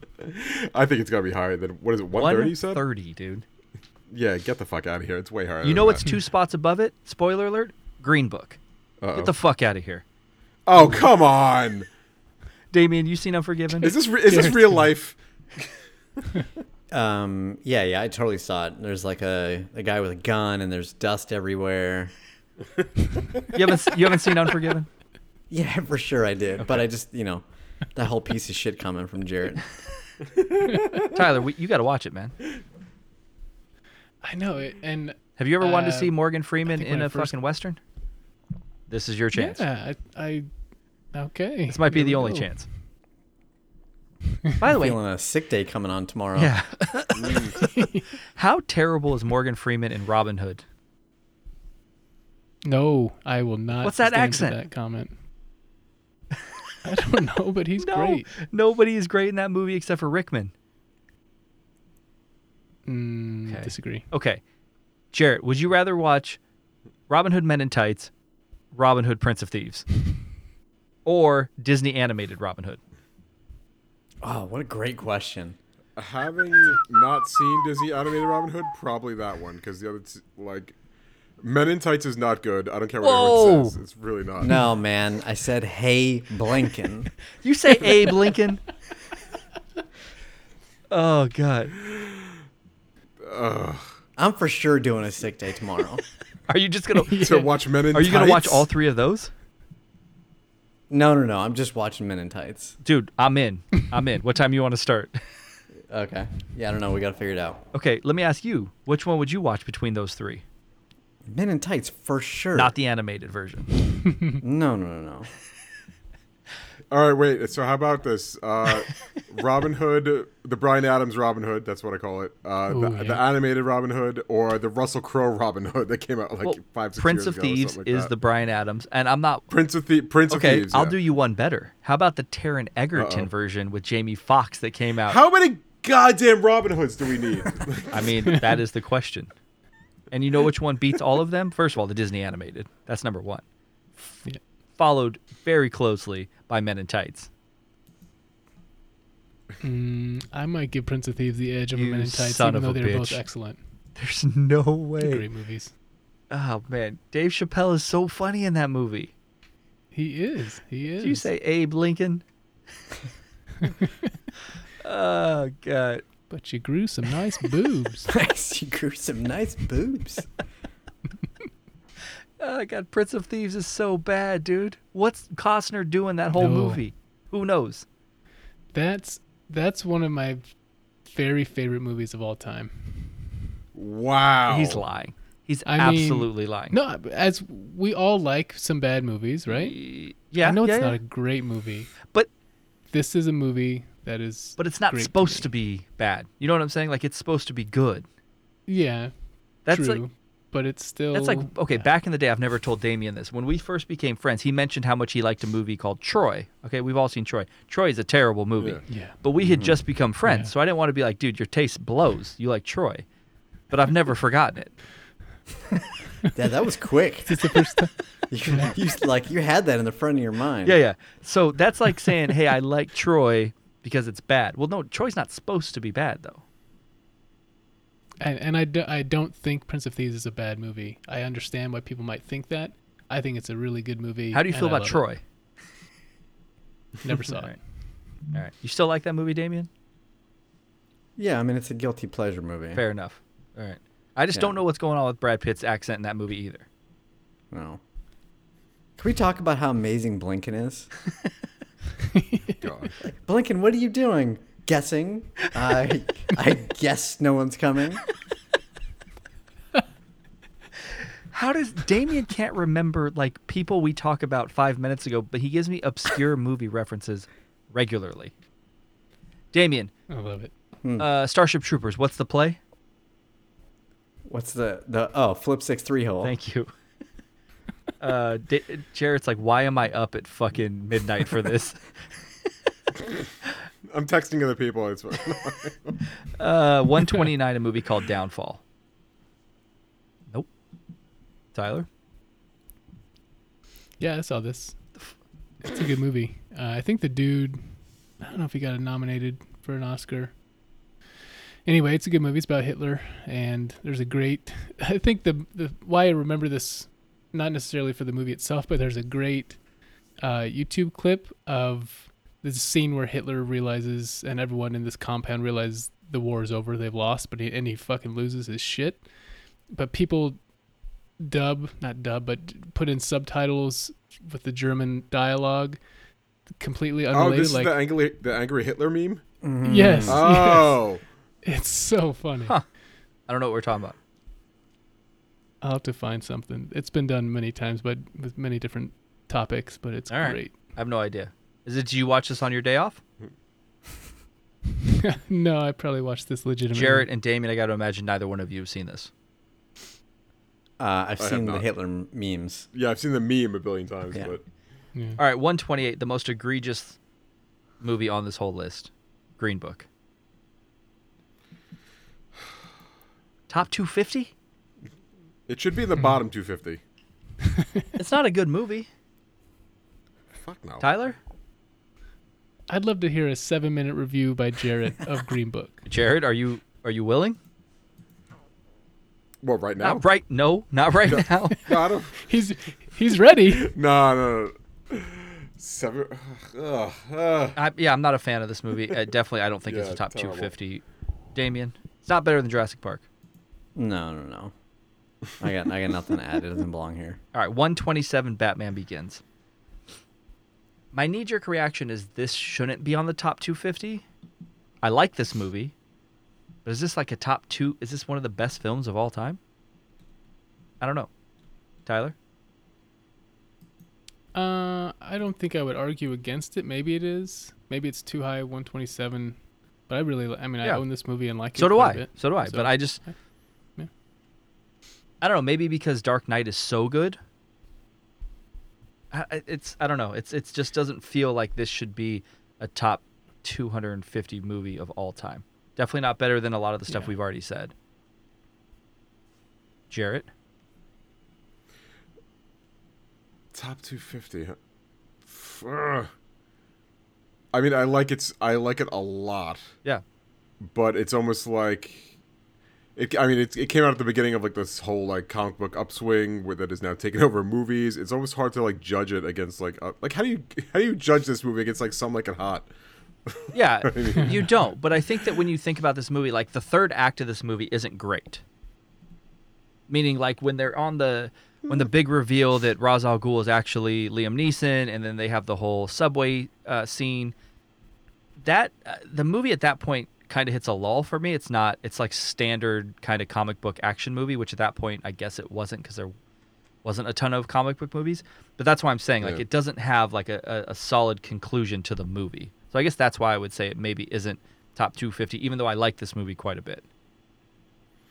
Speaker 4: I think it's gotta be higher than what is it? One thirty? You said?
Speaker 1: 130, dude.
Speaker 4: Yeah, get the fuck out of here. It's way higher.
Speaker 1: You know what's two spots above it? Spoiler alert: Green Book.
Speaker 4: Uh-oh.
Speaker 1: Get the fuck out of here,
Speaker 4: oh come on!
Speaker 1: Damien. You seen Unforgiven?
Speaker 4: Is this re- is this real life?
Speaker 2: Um, yeah, yeah, I totally saw it. There's like a, a guy with a gun, and there's dust everywhere.
Speaker 1: you haven't s- you haven't seen Unforgiven?
Speaker 2: Yeah, for sure I did, but I just, you know, that whole piece of shit comment from Jared.
Speaker 1: Tyler, we, you got to watch it, man.
Speaker 3: I know it, and
Speaker 1: Have you ever wanted to
Speaker 3: Uh,
Speaker 1: see Morgan Freeman
Speaker 3: think
Speaker 1: in
Speaker 3: when
Speaker 1: a
Speaker 3: I first-
Speaker 1: fucking western? This is your chance.
Speaker 3: yeah, I, I okay.
Speaker 1: This might be
Speaker 3: here we
Speaker 1: the only
Speaker 3: go.
Speaker 1: chance. By the way,
Speaker 2: Feeling a sick day coming on tomorrow.
Speaker 1: yeah. How terrible is Morgan Freeman in Robin Hood?
Speaker 3: No, I will not.
Speaker 1: What's that
Speaker 3: stand for
Speaker 1: accent?
Speaker 3: That comment. I don't know, but he's
Speaker 1: No,
Speaker 3: great.
Speaker 1: nobody is great in that movie except for Rickman.
Speaker 3: Mm,
Speaker 1: Okay.
Speaker 3: Disagree.
Speaker 1: Okay, Jarrett, would you rather watch Robin Hood Men in Tights, Robin Hood Prince of Thieves, or Disney animated Robin Hood?
Speaker 2: Oh, what a great question.
Speaker 4: Having not seen Disney animated Robin Hood, probably that one because the other t- like Men in Tights is not good. I don't care what
Speaker 1: Whoa.
Speaker 4: everyone says. It's really not.
Speaker 2: No, man, I said, hey, Blinken.
Speaker 1: You say Abe Lincoln. oh God.
Speaker 2: I'm for sure doing a sick day tomorrow.
Speaker 1: Are you just gonna
Speaker 4: To watch Men in
Speaker 1: Are you gonna watch
Speaker 4: Tights?
Speaker 1: all three of those?
Speaker 2: No, no, no, I'm just watching Men in Tights.
Speaker 1: Dude, I'm in. I'm in. What time you want to start?
Speaker 2: Okay. Yeah, I don't know. We got to figure it out.
Speaker 1: Okay, let me ask you, which one would you watch between those three?
Speaker 2: Men in Tights, for sure.
Speaker 1: Not the animated version.
Speaker 2: No, no, no, no.
Speaker 4: All right, wait. So how about this? Uh, Robin Hood, the Brian Adams Robin Hood. That's what I call it. Uh, the,
Speaker 3: Ooh, yeah.
Speaker 4: the animated Robin Hood or the Russell Crowe Robin Hood that came out like
Speaker 1: Well,
Speaker 4: five, six
Speaker 1: Prince
Speaker 4: years
Speaker 1: of
Speaker 4: ago or
Speaker 1: Thieves
Speaker 4: something like
Speaker 1: is
Speaker 4: that.
Speaker 1: the Brian Adams, and I'm not
Speaker 4: Prince of Thieves. Prince
Speaker 1: okay.
Speaker 4: of Thieves.
Speaker 1: I'll
Speaker 4: yeah.
Speaker 1: do you one better. How about the Taron Egerton version with Jamie Foxx that came out?
Speaker 4: How many goddamn Robin Hoods do we need?
Speaker 1: I mean, that is the question. And you know which one beats all of them? First of all, the Disney animated. That's number one. F-
Speaker 3: Yeah.
Speaker 1: Followed very closely by Men in Tights.
Speaker 3: Mm, I might give Prince of Thieves the edge of
Speaker 1: You
Speaker 3: Men in Tights,
Speaker 1: son
Speaker 3: even
Speaker 1: of
Speaker 3: though
Speaker 1: a
Speaker 3: they're both
Speaker 1: bitch.
Speaker 3: excellent.
Speaker 1: There's no
Speaker 3: They're
Speaker 1: way.
Speaker 3: Great movies.
Speaker 1: Oh man, Dave Chappelle is so funny in that movie.
Speaker 3: He is. He is.
Speaker 1: Did you say Abe Lincoln? oh god.
Speaker 3: But you grew some nice boobs.
Speaker 2: Nice. You grew some nice boobs.
Speaker 1: Oh god, Prince of Thieves is so bad, dude. What's Costner doing that whole
Speaker 3: No.
Speaker 1: movie? Who knows?
Speaker 3: That's that's one of my very favorite movies of all time.
Speaker 4: wow.
Speaker 1: He's lying. He's
Speaker 3: I mean-
Speaker 1: absolutely lying.
Speaker 3: No, as we all like some bad movies, right?
Speaker 1: Yeah.
Speaker 3: I know it's
Speaker 1: yeah,
Speaker 3: not
Speaker 1: yeah.
Speaker 3: a great movie,
Speaker 1: But
Speaker 3: this is a movie that is.
Speaker 1: but it's not
Speaker 3: great
Speaker 1: supposed
Speaker 3: me.
Speaker 1: to be bad. You know what I'm saying? Like it's supposed to be good.
Speaker 3: Yeah,
Speaker 1: That's
Speaker 3: true.
Speaker 1: like
Speaker 3: but it's still.
Speaker 1: that's like okay, back in the day I've never told Damien this. When we first became friends, he mentioned how much he liked a movie called Troy. Okay, we've all seen Troy. Troy is a terrible movie.
Speaker 4: Yeah.
Speaker 3: Yeah.
Speaker 1: But we had just become friends,
Speaker 3: Mm-hmm. Yeah.
Speaker 1: so I didn't want to be like, dude, your taste blows. You like Troy. But I've never forgotten it.
Speaker 2: Yeah, that was quick.
Speaker 3: It's the first time.
Speaker 2: You, you like you had that in the front of your mind.
Speaker 1: Yeah, yeah. So that's like saying, hey, I like Troy because it's bad. Well, no, Troy's not supposed to be bad though.
Speaker 3: And, and I, do, I don't think Prince of Thieves is a bad movie. I understand why people might think that. I think it's a really good movie.
Speaker 1: How do you
Speaker 3: and
Speaker 1: feel
Speaker 3: I
Speaker 1: about
Speaker 3: love it.
Speaker 1: Troy?
Speaker 3: Never saw
Speaker 1: All right.
Speaker 3: it.
Speaker 1: All right. You still like that movie, Damien?
Speaker 2: Yeah, I mean it's a guilty pleasure movie.
Speaker 1: Fair enough. All right. I just
Speaker 2: Yeah.
Speaker 1: don't know what's going on with Brad Pitt's accent in that movie either.
Speaker 2: No. Can we talk about how amazing Blinken is?
Speaker 4: God.
Speaker 2: Blinken, what are you doing? Guessing? I I guess no one's coming.
Speaker 1: How does Damien can't remember like people we talk about five minutes ago, but he gives me obscure movie references regularly. Damien,
Speaker 3: I love it.
Speaker 1: uh, Starship Troopers, what's the play?
Speaker 2: What's the the oh flip six three hole?
Speaker 1: Thank you. Uh, da- Jared's like, why am I up at fucking midnight for this?
Speaker 4: I'm texting other people. It's fine.
Speaker 1: Uh, 129, a movie called Downfall. Nope. Tyler?
Speaker 3: Yeah, I saw this. It's a good movie. Uh, I think the dude, I don't know if he got nominated for an Oscar. Anyway, it's a good movie. It's about Hitler, and there's a great. I think the the why I remember this, not necessarily for the movie itself, but there's a great uh, YouTube clip of the scene where Hitler realizes, and everyone in this compound realizes the war is over, they've lost, but he, and he fucking loses his shit. But people dub, not dub, but put in subtitles with the German dialogue, completely
Speaker 4: oh,
Speaker 3: unrelated.
Speaker 4: this is
Speaker 3: like
Speaker 4: the angry the angry Hitler meme.
Speaker 2: Mm-hmm.
Speaker 3: yes,
Speaker 2: Uh,
Speaker 3: yes.
Speaker 4: Oh,
Speaker 3: It's so funny.
Speaker 1: Huh. I don't know what we're talking about.
Speaker 3: I'll have to find something. It's been done many times, but with many different topics. But it's
Speaker 1: All right.
Speaker 3: great.
Speaker 1: I have no idea. Is it, do you watch this on your day off?
Speaker 3: no, I probably watched this legitimately.
Speaker 1: Jared and Damien, I got to imagine neither one of you have seen this.
Speaker 2: Uh, I've
Speaker 4: I have
Speaker 2: seen the
Speaker 4: not.
Speaker 2: Hitler m- memes.
Speaker 4: yeah. I've seen the meme a billion times,
Speaker 2: Yeah.
Speaker 4: but
Speaker 3: Yeah.
Speaker 1: All right, 128, the most egregious movie on this whole list Green Book. Top 250?
Speaker 4: it should be in the bottom 250.
Speaker 1: It's not a good movie.
Speaker 4: Fuck no.
Speaker 1: Tyler?
Speaker 3: I'd love to hear a seven-minute review by Jared of Green Book.
Speaker 1: Jared, are you are you willing?
Speaker 4: Well, right now.
Speaker 1: Not right. No, not right now.
Speaker 4: No, I don't-
Speaker 3: He's he's ready.
Speaker 4: no, no, no. Seven. Ugh, ugh.
Speaker 1: I, yeah, I'm not a fan of this movie. Uh, definitely, I don't think it's
Speaker 4: Yeah,
Speaker 1: a top
Speaker 4: terrible.
Speaker 1: 250. Damien, it's not better than Jurassic Park.
Speaker 2: No, no, no. I got I got nothing to add. It doesn't belong here.
Speaker 1: All right, 127 Batman Begins. My knee jerk reaction is this shouldn't be on the top 250. I like this movie, but is this like a top two? Is this one of the best films of all time? I don't know. Tyler?
Speaker 3: Uh, I don't think I would argue against it. Maybe it is. Maybe it's too high, 127. But I really, li- I mean,
Speaker 1: Yeah.
Speaker 3: I own this movie and like it.
Speaker 1: So do
Speaker 3: quite a
Speaker 1: I.
Speaker 3: bit.
Speaker 1: So do I.
Speaker 3: So-
Speaker 1: but I just,
Speaker 3: Yeah.
Speaker 1: I don't know. Maybe because Dark Knight is so good, I, I- it's I don't know. It's it's just doesn't feel like this should be a top 250 movie of all time. Definitely not better than a lot of the stuff
Speaker 3: Yeah.
Speaker 1: we've already said. Jarrett,
Speaker 4: Top 250. huh? F- ugh. I mean, I like it's I like it a lot,
Speaker 1: yeah,
Speaker 4: but it's almost like it I mean, it, it came out at the beginning of like this whole like comic book upswing where that is now taking over movies. It's almost hard to like judge it against like uh, like how do you how do you judge this movie against like some like it hot?
Speaker 1: yeah,
Speaker 4: I mean-
Speaker 1: you don't. But I think that when you think about this movie, like the third act of this movie isn't great. Meaning, like when they're on the when the big reveal that Ra's al Ghul is actually Liam Neeson, and then they have the whole subway uh, scene. That uh, the movie at that point kind of hits a lull for me. It's not. It's like standard kind of comic book action movie, which at that point I guess it wasn't because there wasn't a ton of comic book movies. But that's why I'm saying like
Speaker 4: Yeah.
Speaker 1: it doesn't have like a, a, a solid conclusion to the movie. So I guess that's why I would say it maybe isn't top 250, even though I like this movie quite a bit.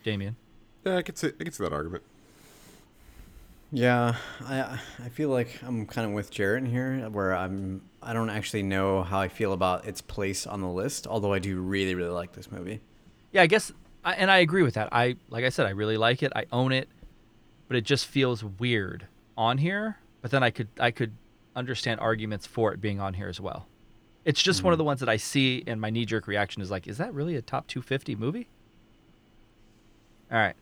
Speaker 1: Damien.
Speaker 4: Yeah, I could see I could see that argument.
Speaker 2: Yeah, I I feel like I'm kind of with Jarrett in here, where I'm I don't actually know how I feel about its place on the list, although I do really really like this movie.
Speaker 1: Yeah, I guess, I, and I agree with that. I like I said, I really like it. I own it, but it just feels weird on here. But then I could I could understand arguments for it being on here as well. It's just one of the ones that I see, and my knee jerk reaction is like, is that really a top 250 movie? All right,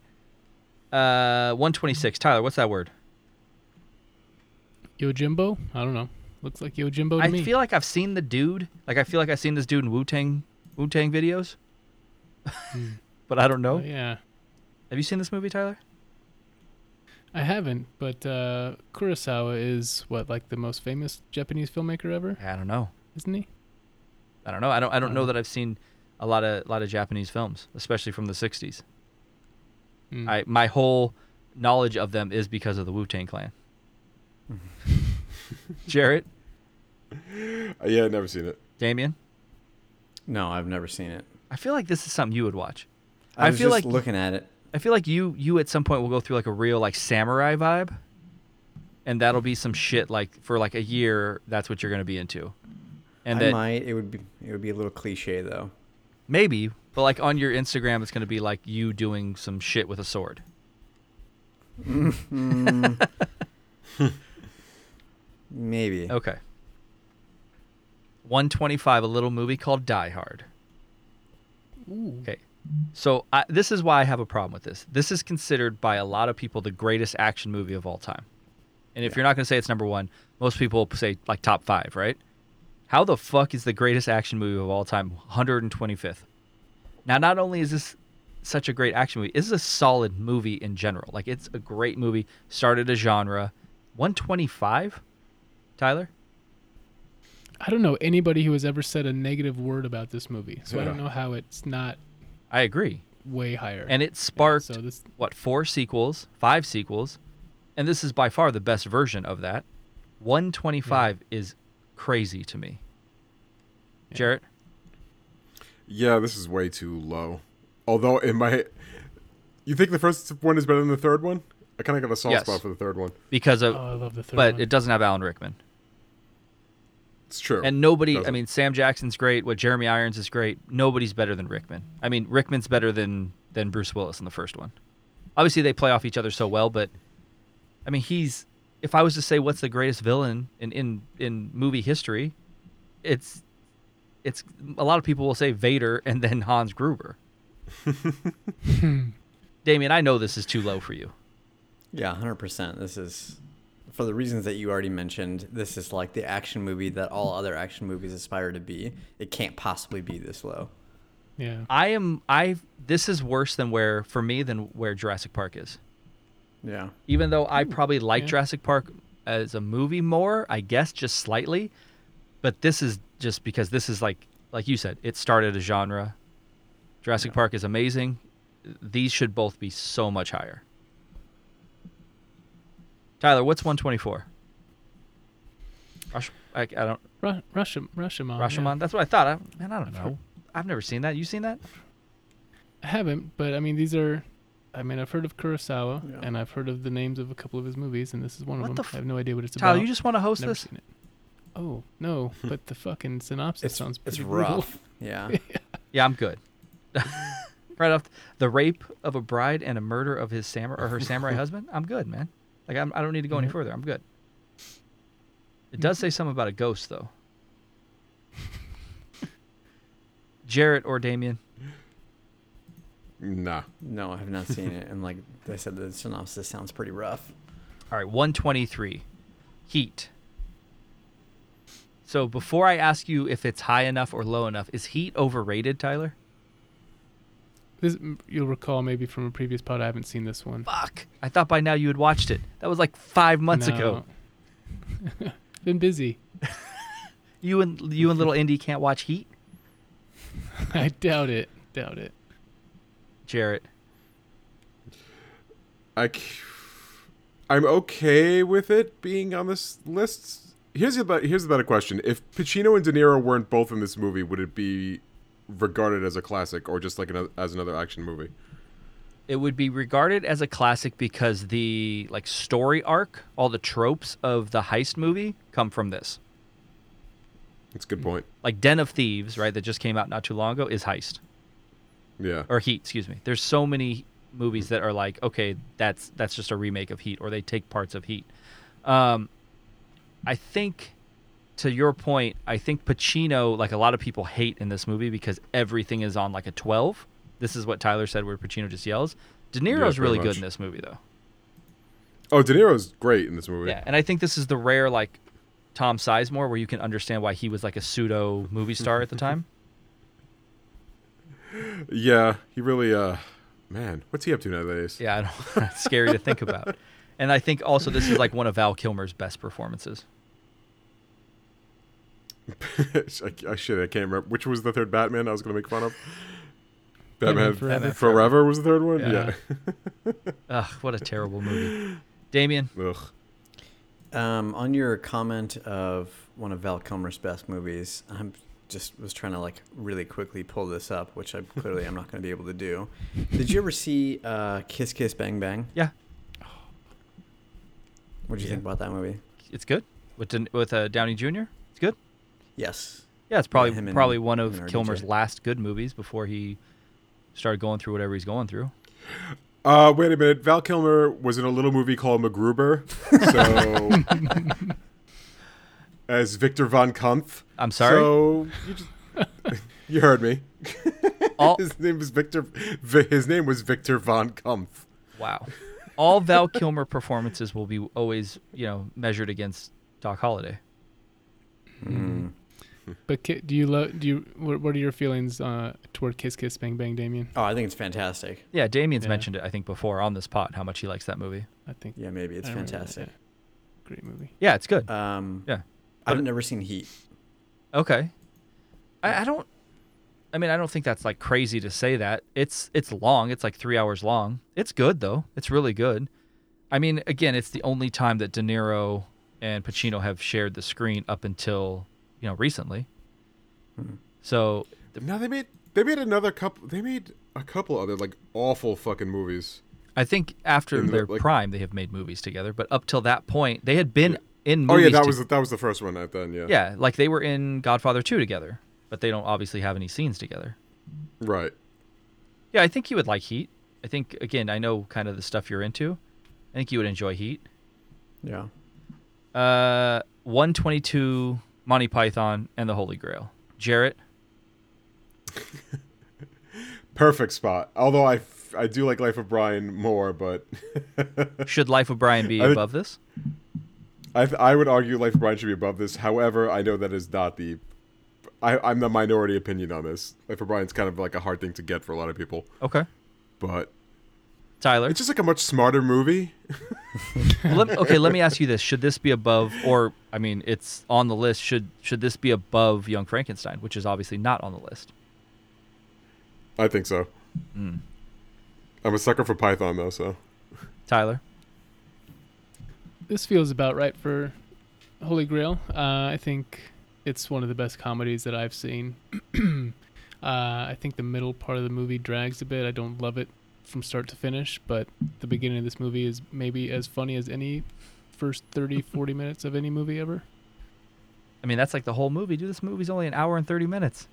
Speaker 1: uh, 126. Tyler, what's that word?
Speaker 3: Yojimbo? I don't know. Looks like Yojimbo to
Speaker 1: I
Speaker 3: me.
Speaker 1: feel like I've seen the dude. Like I feel like I've seen this dude in Wu Tang Wu Tang videos, Hmm. but I don't know.
Speaker 3: Oh, yeah.
Speaker 1: Have you seen this movie, Tyler?
Speaker 3: I haven't, but uh, Kurosawa is what like the most famous Japanese filmmaker ever,
Speaker 1: I don't know.
Speaker 3: isn't he?
Speaker 1: I don't know. I don't. I don't know
Speaker 2: Uh-huh.
Speaker 3: Uh,
Speaker 1: that I've seen a lot of lot of Japanese films, especially from the '60s.
Speaker 2: Hmm.
Speaker 3: Mm.
Speaker 1: I my whole knowledge of them is because of the Wu Tang Clan.
Speaker 2: Mm-hmm.
Speaker 1: Jarrett,
Speaker 4: Uh, yeah, I've never seen it.
Speaker 1: Damien,
Speaker 2: No, I've never seen it.
Speaker 1: I feel like this is something you would watch.
Speaker 2: I,
Speaker 1: I
Speaker 2: was
Speaker 1: feel
Speaker 2: just
Speaker 1: like-
Speaker 2: looking at it.
Speaker 1: I feel like you you at some point will go through like a real like samurai vibe, and that'll be some shit like for like a year. That's what you're gonna be into, and
Speaker 2: I
Speaker 1: then
Speaker 2: might. It would be it would be a little cliche though.
Speaker 1: maybe, but like on your Instagram, it's gonna be like you doing some shit with a sword.
Speaker 2: Maybe.
Speaker 3: Oh.
Speaker 1: Okay. 125, a little movie called Die Hard.
Speaker 3: Ooh.
Speaker 1: Okay. So I, this is why I have a problem with this. This is considered by a lot of people the greatest action movie of all time. And if you're not going to say it's number one, most people say like top five, right? How the fuck is the greatest action movie of all time 125th? Now, not only is this such a great action movie, it's a solid movie in general. Like it's a great movie, started a genre. 125, Tyler?
Speaker 3: I don't know anybody who has ever said a negative word about this movie, so I don't
Speaker 4: Yeah.
Speaker 3: know how it's not
Speaker 1: I agree.
Speaker 3: way higher.
Speaker 1: and it sparked
Speaker 3: so this-
Speaker 1: what four sequels, five sequels, and this is by far the best version of that. One twenty five is crazy to me. Jarrett,
Speaker 4: Yeah, this is way too low. Although in my, you think the first one is better than the third one? I kind of got a soft
Speaker 1: Yes.
Speaker 4: spot for the third one.
Speaker 1: because of
Speaker 3: oh, I love the third
Speaker 1: but
Speaker 3: one.
Speaker 1: it doesn't have Alan Rickman.
Speaker 4: It's true.
Speaker 1: And nobody, I
Speaker 4: Doesn't.
Speaker 1: mean, Sam Jackson's great. What Jeremy Irons is great. Nobody's better than Rickman. I mean, Rickman's better than than Bruce Willis in the first one. Obviously, they play off each other so well, but I mean, he's. If I was to say what's the greatest villain in in in movie history, it's it's a lot of people will say Vader and then Hans Gruber. Damien, I know this is too low for you.
Speaker 2: Yeah, hundred percent. This is for the reasons that you already mentioned. This is like the action movie that all other action movies aspire to be. It can't possibly be this low.
Speaker 3: yeah.
Speaker 1: I am I. This is worse than where for me than where Jurassic Park is.
Speaker 2: Yeah.
Speaker 1: even though I probably like
Speaker 3: Hmm. yeah.
Speaker 1: Jurassic Park as a movie more, I guess just slightly, but this is just because this is like like you said, it started a genre. Jurassic Park is amazing. These should both be so much higher. Tyler, what's 124? Rush, I, I don't
Speaker 3: Ru- Rusham, Rushamon. Oh, yeah.
Speaker 1: Rashomon. That's what I thought. I, man, I don't
Speaker 3: I've
Speaker 1: know.
Speaker 3: heard-
Speaker 1: I've never seen that. You seen that?
Speaker 3: I haven't, but I mean, these are. I mean, I've heard of Kurosawa,
Speaker 2: Yeah.
Speaker 3: and I've heard of the names of a couple of his movies, and this is one
Speaker 1: What
Speaker 3: of
Speaker 1: the
Speaker 3: them.
Speaker 1: f-
Speaker 3: I have no idea what it's
Speaker 1: Tyler,
Speaker 3: about.
Speaker 1: you just want to host
Speaker 3: Never
Speaker 1: this?
Speaker 3: seen it. Oh no! But the fucking synopsis
Speaker 2: It's
Speaker 3: sounds
Speaker 2: it's
Speaker 3: pretty brutal.
Speaker 2: rough. Yeah.
Speaker 1: Yeah, I'm good. right off, the rape of a bride and a murder of his samurai or her samurai husband. I'm good, man. Like I'm, I don't need to go any
Speaker 3: Mhm.
Speaker 1: further. I'm good. It does say something about a ghost though. Jarrett or Damien,
Speaker 4: Nah.
Speaker 2: No, I have not seen it. And like I said, the synopsis sounds pretty rough.
Speaker 1: All right, 123. Heat. So before I ask you if it's high enough or low enough, is heat overrated, Tyler?
Speaker 3: This m- you'll recall maybe from a previous pod. I haven't seen this one.
Speaker 1: Fuck. I thought by now you had watched it. That was like 5 months ago.
Speaker 3: No. Been busy.
Speaker 1: You and you and little Indy can't watch Heat?
Speaker 3: I doubt it. Doubt it.
Speaker 1: Jarrett.
Speaker 4: I, c- I'm okay with it being on this list. Here's about here's about a question: If Pacino and De Niro weren't both in this movie, would it be regarded as a classic or just like an, as another action movie?
Speaker 1: It would be regarded as a classic because the like story arc, all the tropes of the heist movie come from this.
Speaker 4: That's a good point.
Speaker 1: Like Den of Thieves, right, that just came out not too long ago is heist.
Speaker 4: Yeah,
Speaker 1: or Heat, excuse me. There's so many movies that are like, okay, that's that's just a remake of Heat, or they take parts of Heat. Um, I think, to your point, I think Pacino, like a lot of people hate in this movie because everything is on like a 12. This is what Tyler said, where Pacino just yells. De Niro's
Speaker 4: pretty
Speaker 1: really good
Speaker 4: much.
Speaker 1: in this movie, though.
Speaker 4: Oh, De Niro's great in this movie.
Speaker 1: Yeah, and I think this is the rare like Tom Sizemore where you can understand why he was like a pseudo movie star at the
Speaker 2: Mm-hmm.
Speaker 1: time.
Speaker 4: Yeah, he really. uh Man, what's he up to nowadays?
Speaker 1: Yeah, I don't, it's scary to think about. And I think also this is like one of Val Kilmer's best performances.
Speaker 4: I, I shit, I can't remember which was the third Batman I was gonna make fun of. Batman,
Speaker 3: Batman Forever.
Speaker 4: Forever. was the third one.
Speaker 1: Yeah.
Speaker 4: Yeah.
Speaker 1: Ugh, what a terrible movie. Damien,
Speaker 4: Ugh.
Speaker 2: Um, on your comment of one of Val Kilmer's best movies, I'm just was trying to like really quickly pull this up, which I clearly I'm not going to be able to do. Did you ever see uh, Kiss Kiss Bang Bang?
Speaker 1: Yeah.
Speaker 2: What did you think about that movie?
Speaker 1: it's good with Den- with uh, Downey Jr. It's good.
Speaker 2: Yes.
Speaker 1: Yeah, it's probably
Speaker 2: him and-
Speaker 1: probably one
Speaker 2: him
Speaker 1: of
Speaker 2: and
Speaker 1: Kilmer's
Speaker 2: RDJ.
Speaker 1: last good movies before he started going through whatever he's going through.
Speaker 4: Uh, wait a minute. Val Kilmer was in a little movie called MacGruber, so as Victor von Kumpf.
Speaker 1: I'm sorry.
Speaker 4: So you just you heard me.
Speaker 1: all,
Speaker 4: His name was Victor. Vi- His name was Victor von Kumpf.
Speaker 1: wow. All Val Kilmer performances will be always, you know, measured against Doc Holliday.
Speaker 2: Mm.
Speaker 3: But ki- do you love? Do you? What, what are your feelings uh, toward Kiss Kiss Bang Bang, Damien?
Speaker 2: Oh, I think it's fantastic.
Speaker 1: Yeah, Damien's
Speaker 3: Yeah.
Speaker 1: mentioned it I think before on this pod how much he likes that movie.
Speaker 3: I think
Speaker 2: Yeah, maybe it's
Speaker 3: I remember that,
Speaker 2: fantastic.
Speaker 3: yeah. Great movie.
Speaker 1: Yeah, it's good.
Speaker 2: Um,
Speaker 1: Yeah.
Speaker 2: I've never seen Heat.
Speaker 1: Okay. I, I don't I mean, I don't think that's like crazy to say that. It's it's long. It's like 3 hours long. It's good though. It's really good. I mean, again, it's the only time that De Niro and Pacino have shared the screen up until, you know, recently. Hmm. So,
Speaker 4: No, they made they made another couple. They made a couple other like awful fucking movies.
Speaker 1: I think after
Speaker 4: In the,
Speaker 1: their
Speaker 4: like-
Speaker 1: prime they have made movies together, but up till that point they had been in
Speaker 4: Oh
Speaker 1: movies
Speaker 4: yeah, that
Speaker 1: to-
Speaker 4: was the, that was the first one. At then yeah.
Speaker 1: Yeah, like they were in Godfather 2 together, but they don't obviously have any scenes together.
Speaker 4: Right.
Speaker 1: Yeah, I think you would like Heat. I think again, I know kind of the stuff you're into. I think you would enjoy Heat.
Speaker 2: Yeah.
Speaker 1: Uh, 122 Monty Python and the Holy Grail. Jarrett,
Speaker 4: Perfect spot. Although I f- I do like Life of Brian more, but
Speaker 1: should Life of Brian be
Speaker 4: I would-
Speaker 1: above this?
Speaker 4: I, th- I would argue Life of Brian should be above this. However, I know that is not the. I, I'm the minority opinion on this. Life of Brian's kind of like a hard thing to get for a lot of people,
Speaker 1: Okay,
Speaker 4: but
Speaker 1: Tyler.
Speaker 4: it's just like a much smarter movie.
Speaker 1: Let- okay, let me ask you this: Should this be above, or I mean, it's on the list. Should should this be above Young Frankenstein, which is obviously not on the list?
Speaker 4: I think so. Hmm. I'm a sucker for Python though, so
Speaker 1: Tyler,
Speaker 3: This feels about right for Holy Grail. Uh, I think it's one of the best comedies that I've seen. uh, I think the middle part of the movie drags a bit. I don't love it from start to finish, but the beginning of this movie is maybe as funny as any first 30, 40 minutes of any movie ever.
Speaker 1: I mean, that's like the whole movie. Dude, this movie's only an hour and 30 minutes.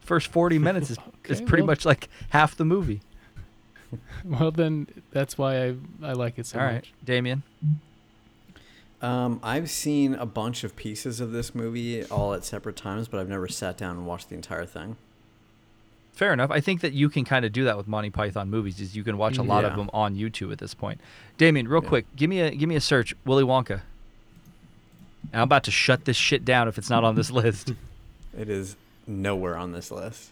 Speaker 1: First 40 minutes is, is
Speaker 3: Okay,
Speaker 1: pretty
Speaker 3: well-
Speaker 1: much like half the movie.
Speaker 3: Well, then that's why I I like it so
Speaker 1: All
Speaker 3: much.
Speaker 1: right, Damien.
Speaker 2: Um, I've seen a bunch of pieces of this movie all at separate times, but I've never sat down and watched the entire thing.
Speaker 1: Fair enough. I think that you can kind of do that with Monty Python movies. Is you can watch a lot of
Speaker 2: Yeah.
Speaker 1: them on YouTube at this point. Damien, real
Speaker 2: Yeah.
Speaker 1: quick, give me a give me a search Willy Wonka. And I'm about to shut this shit down if it's not on this list.
Speaker 2: It is nowhere on this list.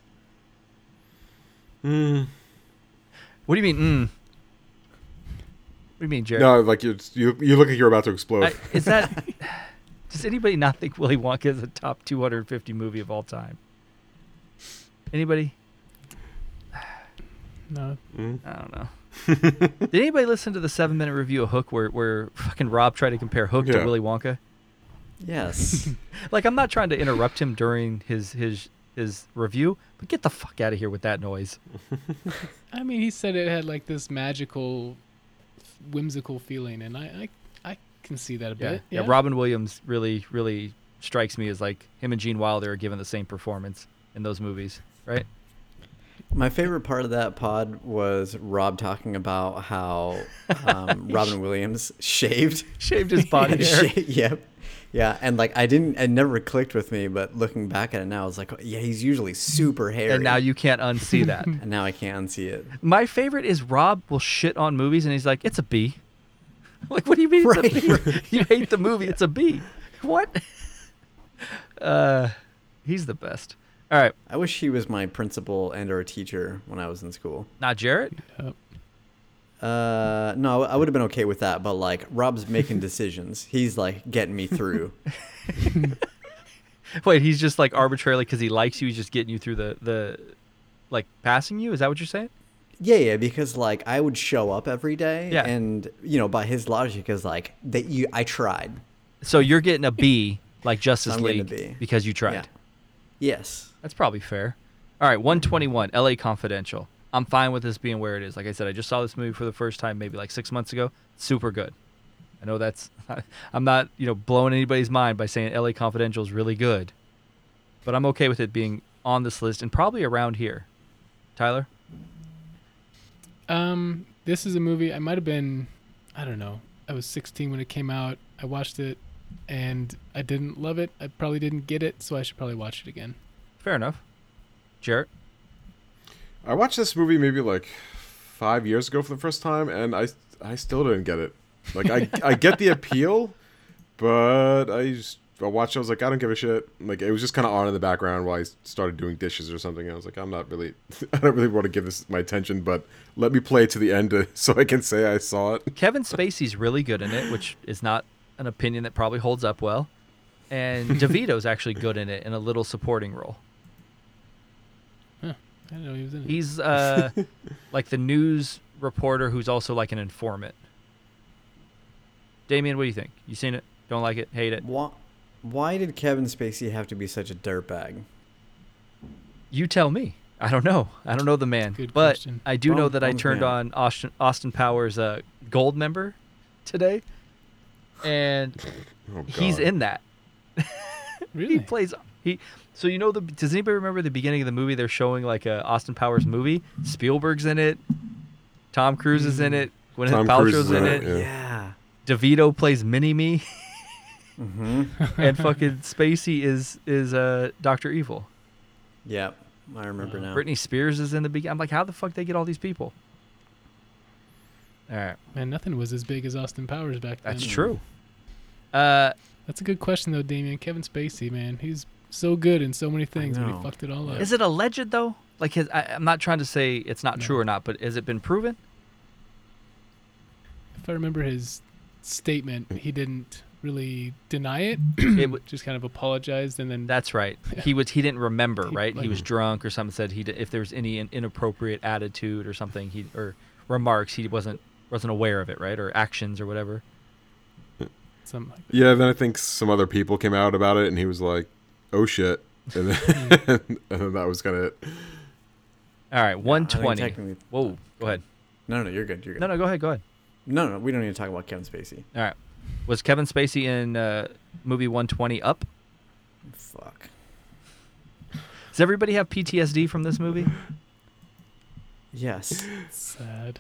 Speaker 1: what do you mean? Mm? What do you mean, Jared?
Speaker 4: No, like you, you, you look like you're about to explode.
Speaker 1: I, is that does anybody not think Willy Wonka is a top 250 movie of all time? Anybody?
Speaker 3: No,
Speaker 4: Mm.
Speaker 1: I don't know. Did anybody listen to the seven minute review of Hook where where fucking Rob tried to compare Hook to
Speaker 4: Yeah.
Speaker 1: Willy Wonka?
Speaker 2: Yes.
Speaker 1: Like I'm not trying to interrupt him during his his his review, but get the fuck out of here with that noise.
Speaker 3: I mean he said it had like this magical, whimsical feeling, and I I, I can see that a
Speaker 1: Yeah.
Speaker 3: bit.
Speaker 1: yeah. Robin Williams really really strikes me as like him and Gene Wilder are given the same performance in those movies, right?
Speaker 2: My favorite part of that pod was Rob talking about how um, Robin Williams shaved.
Speaker 1: Shaved his body hair.
Speaker 2: Sha- yep. Yeah, and like I didn't, it never clicked with me, but looking back at it now, I was like, "Oh, yeah, he's usually super hairy.
Speaker 1: And now you can't unsee that.
Speaker 2: and now I can't see it.
Speaker 1: My favorite is Rob will shit on movies and he's like, it's a B. I'm Like, what do you mean?
Speaker 2: Right,
Speaker 1: It's a B? You hate the movie. It's a B. What? Uh, he's the best. All right.
Speaker 2: I wish he was my principal and or teacher when I was in school.
Speaker 1: Not Jarrett.
Speaker 3: Yep.
Speaker 2: Uh, no, I would have been okay with that, but like Rob's making decisions. He's like getting me through.
Speaker 1: Wait, he's just like arbitrarily because he likes you. He's just getting you through the, the, like passing you. Is that what you're saying?
Speaker 2: Yeah, yeah, because like I would show up every day,
Speaker 1: Yeah.
Speaker 2: and you know, by his logic, is like that you I tried.
Speaker 1: So you're getting a B like Justice
Speaker 2: I'm getting a
Speaker 1: League
Speaker 2: B.
Speaker 1: because you tried.
Speaker 2: Yeah. Yes.
Speaker 1: That's probably fair. All right, 121, LA Confidential. I'm fine with this being where it is. Like I said, I just saw this movie for the first time maybe like six months ago. Super good. I know that's, I'm not, you know, blowing anybody's mind by saying LA Confidential is really good, but I'm okay with it being on this list and probably around here. Tyler?
Speaker 3: Um, this is a movie I might have been, I don't know. I was 16 when it came out. I watched it, and I didn't love it. I probably didn't get it, so I should probably watch it again.
Speaker 1: Fair enough. Jarrett?
Speaker 4: I watched this movie maybe like five years ago for the first time, and I I still didn't get it. Like I I get the appeal, but I just I watched. it, I was like, I don't give a shit. Like it was just kind of on in the background while I started doing dishes or something. I was like, I'm not really, I don't really want to give this my attention, but let me play to the end uh, so I can say I saw it.
Speaker 1: Kevin Spacey's really good in it, which is not an opinion that probably holds up well. And DeVito's actually good in it in a little supporting role.
Speaker 3: I didn't know he was in it.
Speaker 1: He's uh, like the news reporter who's also like an informant. Damien, what do you think? You seen it? Don't like it? Hate it?
Speaker 2: Why, why did Kevin Spacey have to be such a dirtbag?
Speaker 1: You tell me. I don't know. I don't know the man,
Speaker 3: Good
Speaker 1: but
Speaker 3: question.
Speaker 1: I do know
Speaker 2: Bum-
Speaker 1: that I
Speaker 2: bums
Speaker 1: turned
Speaker 2: me out.
Speaker 1: on Austin, Austin Powers' uh, gold member today, and
Speaker 4: Oh, God.
Speaker 1: he's in that.
Speaker 3: really?
Speaker 1: He plays he. So you know the. Does anybody remember the beginning of the movie? They're showing like a Austin Powers movie. Spielberg's in it. Tom Cruise is in it. Gwyneth
Speaker 4: Mm. Tom Cruise
Speaker 1: Paltrow's
Speaker 4: is
Speaker 1: in
Speaker 4: in
Speaker 1: it.
Speaker 4: it, Yeah.
Speaker 1: DeVito plays Mini Me,
Speaker 2: Mm-hmm.
Speaker 1: and fucking Spacey is is uh, Doctor Evil.
Speaker 2: yep. I remember
Speaker 3: Uh,
Speaker 2: now.
Speaker 1: Britney Spears is in the beginning. I'm like, how the fuck they get all these people? All right,
Speaker 3: Man, nothing was as big as Austin Powers back then.
Speaker 1: that's true. Uh,
Speaker 3: That's a good question though, Damien. Kevin Spacey, man, he's so good in so many things, but he
Speaker 2: know.
Speaker 3: fucked it all up.
Speaker 1: is it alleged though? Like, has, I, I'm not trying to say it's not
Speaker 3: No.
Speaker 1: true or not, but has it been proven?
Speaker 3: if I remember his statement, he didn't really deny it.
Speaker 1: it w-
Speaker 3: Just kind of apologized and then
Speaker 1: that's right.
Speaker 3: Yeah.
Speaker 1: He was he didn't remember,
Speaker 3: He,
Speaker 1: right? he
Speaker 3: like-
Speaker 1: was drunk or something. Said he d- if there was any in- inappropriate attitude or something, he or remarks, he wasn't wasn't aware of it, right? Or actions or whatever.
Speaker 3: Something like
Speaker 4: Yeah, then I think some other people came out about it, and he was like, "Oh shit," and then, and then that was kind of it.
Speaker 1: All right,
Speaker 2: I think
Speaker 1: 120.
Speaker 2: Technically,
Speaker 1: Whoa, go ahead.
Speaker 2: no, no, you're good. You're good.
Speaker 1: No, no, go ahead, go ahead.
Speaker 2: no, no, we don't need to talk about Kevin Spacey.
Speaker 1: Was Kevin Spacey in uh, movie 120 Up?
Speaker 2: Fuck.
Speaker 1: Does everybody have PTSD from this movie?
Speaker 2: Yes.
Speaker 3: that. sad.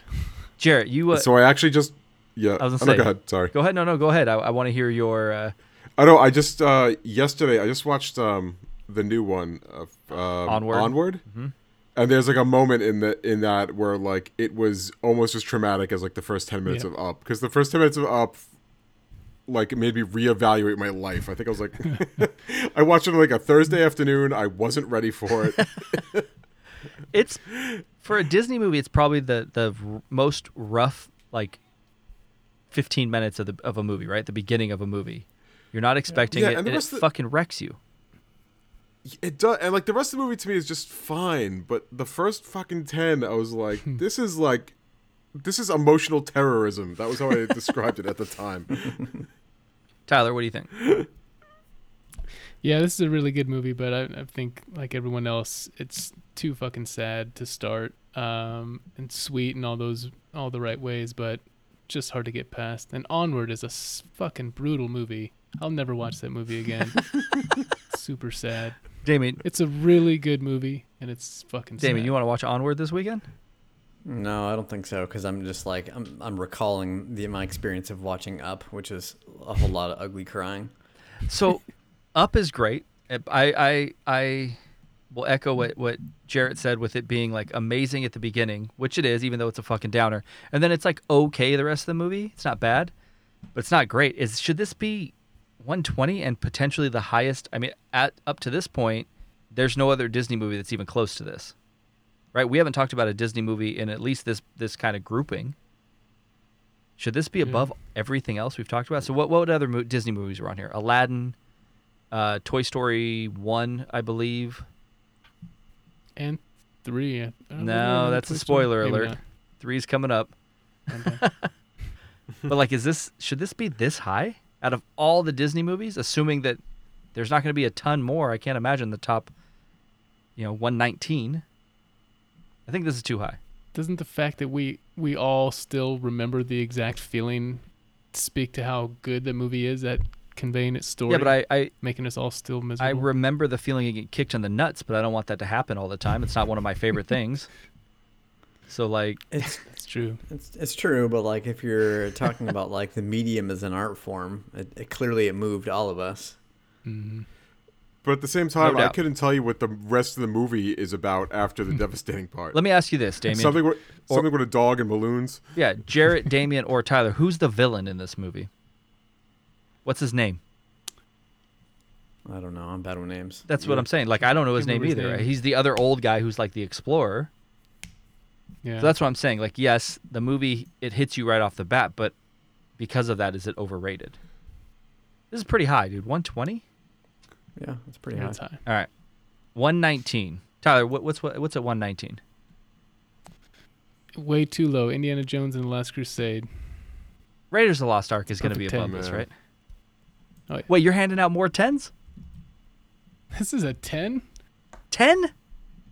Speaker 1: Jarrett, you uh,
Speaker 4: So I actually just yeah.
Speaker 1: I was
Speaker 4: oh,
Speaker 1: gonna
Speaker 4: no,
Speaker 1: say-
Speaker 4: go ahead. Sorry.
Speaker 1: go ahead. No, no, go ahead. I, I want to hear your. Uh,
Speaker 4: I know. I just uh, yesterday I just watched um, the new one of um,
Speaker 1: Onward.
Speaker 4: Onward.
Speaker 1: mhm.
Speaker 4: And there's like a moment in the in that where like it was almost as traumatic as like the first ten minutes
Speaker 3: Yeah.
Speaker 4: of Up because the first ten minutes of Up like made me reevaluate my life. I think I was like, I watched it on like a Thursday afternoon. I wasn't ready for it.
Speaker 1: It's for a Disney movie. It's probably the the r- most rough like fifteen minutes of the of a movie, right? The beginning of a movie. You're not expecting it,
Speaker 4: Yeah, and
Speaker 1: and,
Speaker 4: the
Speaker 1: it
Speaker 4: rest of the-
Speaker 1: fucking wrecks you.
Speaker 4: It does, and like the rest of the movie to me is just fine. But the first fucking ten, I was like, this is like, this is emotional terrorism. That was how I described it at the time.
Speaker 1: Tyler, what do you think?
Speaker 3: Yeah, this is a really good movie, but I, I think like everyone else, it's too fucking sad to start. Um, and sweet in all those all the right ways, but just hard to get past. And Onward is a s- fucking brutal movie. I'll never watch that movie again. Super sad.
Speaker 1: Damien,
Speaker 3: It's a really good movie, and it's fucking.
Speaker 1: Damien,
Speaker 3: sad.
Speaker 1: you want to watch Onward this weekend?
Speaker 2: No, I don't think so because I'm just like I'm. I'm recalling the my experience of watching Up, which is a whole lot of ugly crying.
Speaker 1: So, Up is great. I I I will echo what what Jarrett said with it being like amazing at the beginning, which it is, even though it's a fucking downer. And then it's like okay the rest of the movie. It's not bad, but it's not great. Is should this be 120 and potentially the highest? I mean, at up to this point, there's no other Disney movie that's even close to this, right? We haven't talked about a Disney movie in at least this this kind of grouping. Should this be
Speaker 3: Yeah.
Speaker 1: above everything else we've talked about? So what what other mo- Disney movies were on here? Aladdin, uh, Toy Story one, I believe.
Speaker 3: and three. I- I don't
Speaker 1: No,
Speaker 3: remember the
Speaker 1: that's a
Speaker 3: first one.
Speaker 1: spoiler
Speaker 3: Maybe
Speaker 1: alert. Three's coming up.
Speaker 3: not. Okay.
Speaker 1: But like, is this should this be this high out of all the Disney movies? Assuming that there's not going to be a ton more, I can't imagine the top, you know, 119. I think this is too high.
Speaker 3: Doesn't the fact that we we all still remember the exact feeling speak to how good the movie is at conveying its story?
Speaker 1: Yeah, but I I,
Speaker 3: making us all still miserable.
Speaker 1: I remember the feeling of getting kicked in the nuts, but I don't want that to happen all the time. It's not one of my favorite things. So like,
Speaker 2: It's
Speaker 3: that's true.
Speaker 2: It's, it's true, but like if you're talking about like the medium as an art form, it, it clearly it moved all of us.
Speaker 3: Mhm.
Speaker 4: But at the same time, I
Speaker 1: doubt.
Speaker 4: couldn't tell you what the rest of the movie is about after the devastating part.
Speaker 1: let me ask you this, Damien.
Speaker 4: something with
Speaker 1: or-
Speaker 4: something with a dog and balloons.
Speaker 1: Yeah, Jarrett, Damien, or Tyler. Who's the villain in this movie? What's his name?
Speaker 2: I don't know. I'm bad with names.
Speaker 1: That's what I'm saying. Like I don't know his
Speaker 3: Can't
Speaker 1: name
Speaker 3: remember his
Speaker 1: either.
Speaker 3: name.
Speaker 1: right? He's the other old guy who's like the explorer.
Speaker 3: Yeah,
Speaker 1: So that's what I'm saying. Like yes, the movie it hits you right off the bat, but because of that, is it overrated? This is pretty high, dude. 120.
Speaker 2: Yeah, it's pretty
Speaker 3: yeah,
Speaker 2: high.
Speaker 3: it's high.
Speaker 1: All right, 119. Tyler, what, what's what, what's at 119?
Speaker 3: Way too low. Indiana Jones and the Last Crusade.
Speaker 1: Raiders of the Lost Ark is going to be
Speaker 3: Perfect
Speaker 1: above
Speaker 3: 10,
Speaker 1: this,
Speaker 4: man.
Speaker 1: right?
Speaker 3: Oh, yeah.
Speaker 1: Wait, you're handing out more tens?
Speaker 3: This is a ten.
Speaker 1: Ten?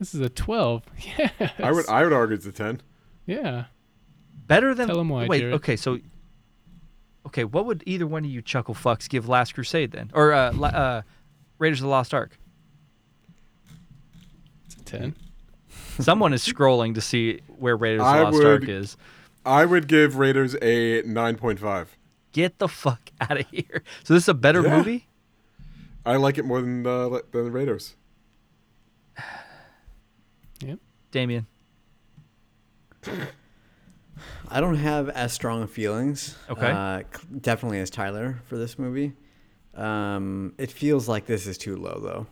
Speaker 3: This is a twelve. Yeah.
Speaker 4: I would I would argue it's a ten.
Speaker 3: Yeah.
Speaker 1: Better than
Speaker 3: Tell 'em why,
Speaker 1: Wait,
Speaker 3: Jarrett.
Speaker 1: okay, so okay, what would either one of you chuckle fucks give Last Crusade then, or uh, La- uh, Raiders of the Lost Ark?
Speaker 3: It's a ten.
Speaker 1: Someone is scrolling to see where Raiders of the
Speaker 4: I
Speaker 1: Lost Ark
Speaker 4: would-
Speaker 1: is.
Speaker 4: I would give Raiders a nine point five.
Speaker 1: Get the fuck out of here. So this is a better
Speaker 4: Yeah.
Speaker 1: movie?
Speaker 4: I like it more than the than the Raiders.
Speaker 1: Damien.
Speaker 2: I don't have as strong feelings.
Speaker 1: Okay.
Speaker 2: Uh, c- definitely as Tyler for this movie. Um, it feels like this is too low though.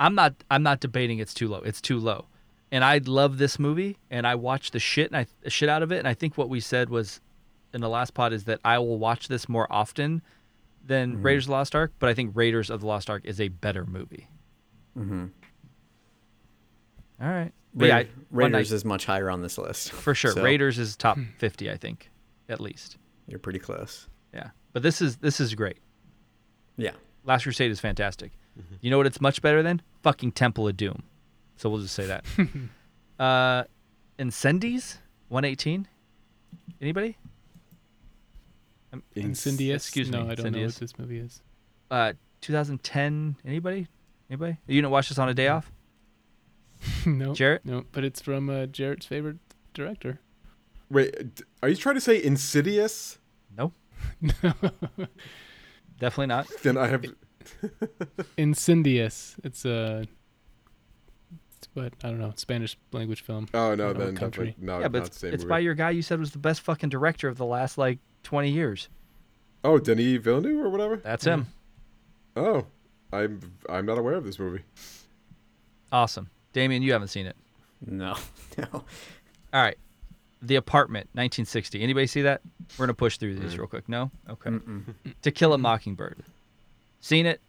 Speaker 1: I'm not I'm not debating it's too low. It's too low. And I love this movie and I watched the shit and I the shit out of it and I think what we said was in the last pod is that I will watch this more often than
Speaker 2: Mm-hmm.
Speaker 1: Raiders of the Lost Ark, but I think Raiders of the Lost Ark is a better movie.
Speaker 2: Mm-hmm.
Speaker 1: All right. But yeah,
Speaker 2: Ra-
Speaker 1: I- one
Speaker 2: Raiders
Speaker 1: night-
Speaker 2: is much higher on this list.
Speaker 1: for sure.
Speaker 2: so
Speaker 1: Raiders is top 50, I think, at least.
Speaker 2: You're pretty close.
Speaker 1: Yeah. But this is this is great.
Speaker 2: Yeah.
Speaker 1: Last Crusade is fantastic. You know what it's much better than? Fucking Temple of Doom. So we'll just say that. uh, Incendies 118. Anybody?
Speaker 3: Incendious.
Speaker 1: excuse
Speaker 3: no,
Speaker 1: me,
Speaker 3: I don't know
Speaker 1: Insidious.
Speaker 3: what this movie is.
Speaker 1: Uh, 2010. Anybody? Anybody? You didn't watch this on a day off?
Speaker 3: no.
Speaker 1: Jarrett?
Speaker 3: No, but it's from uh, Jarrett's favorite director.
Speaker 4: Wait, d- are you trying to say Insidious?
Speaker 1: Definitely not.
Speaker 4: Then I have.
Speaker 3: Incendious. It's a. it's What I don't know Spanish language film.
Speaker 4: Oh no,
Speaker 3: Another
Speaker 4: then
Speaker 3: country.
Speaker 4: definitely no,
Speaker 1: yeah, but
Speaker 4: not the
Speaker 1: it's,
Speaker 4: same
Speaker 1: it's
Speaker 4: movie.
Speaker 1: by your guy you said was the best fucking director of the last like 20 years.
Speaker 4: Oh, Denis Villeneuve or whatever.
Speaker 1: That's
Speaker 3: Yeah.
Speaker 1: him.
Speaker 4: Oh, I'm I'm not aware of this movie.
Speaker 1: Awesome. Damien, you haven't seen it.
Speaker 2: No. No.
Speaker 1: All right. The Apartment, 1960. Anybody see that? We're going to push through
Speaker 2: Mm.
Speaker 1: these real quick. No? Okay.
Speaker 2: Mm-mm.
Speaker 1: To Kill a Mockingbird. Seen it?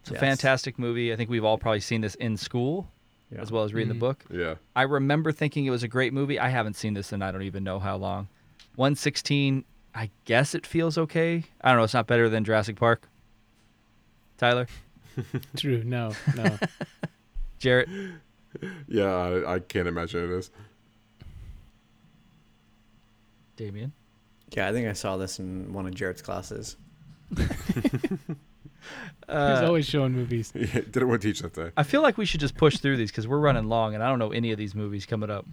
Speaker 1: It's a
Speaker 2: Yes.
Speaker 1: fantastic movie. I think we've all probably seen this in school
Speaker 2: Yeah. Mm-hmm.
Speaker 1: as well as reading
Speaker 3: Mhm.
Speaker 1: the book.
Speaker 4: Yeah.
Speaker 1: I remember thinking it was a great movie. I haven't seen this in I don't even know how long. 116, I guess it feels okay. I don't know. It's not better than Jurassic Park. Tyler,
Speaker 3: True. No. No.
Speaker 1: Jarrett,
Speaker 4: Yeah, I, I can't imagine it is.
Speaker 1: Damien.
Speaker 2: Yeah, I think I saw this in one of Jared's classes.
Speaker 3: He's
Speaker 1: Uh,
Speaker 3: always showing movies.
Speaker 4: Yeah, didn't want to teach that day.
Speaker 1: I feel like we should just push through these because we're running long and I don't know any of these movies coming up.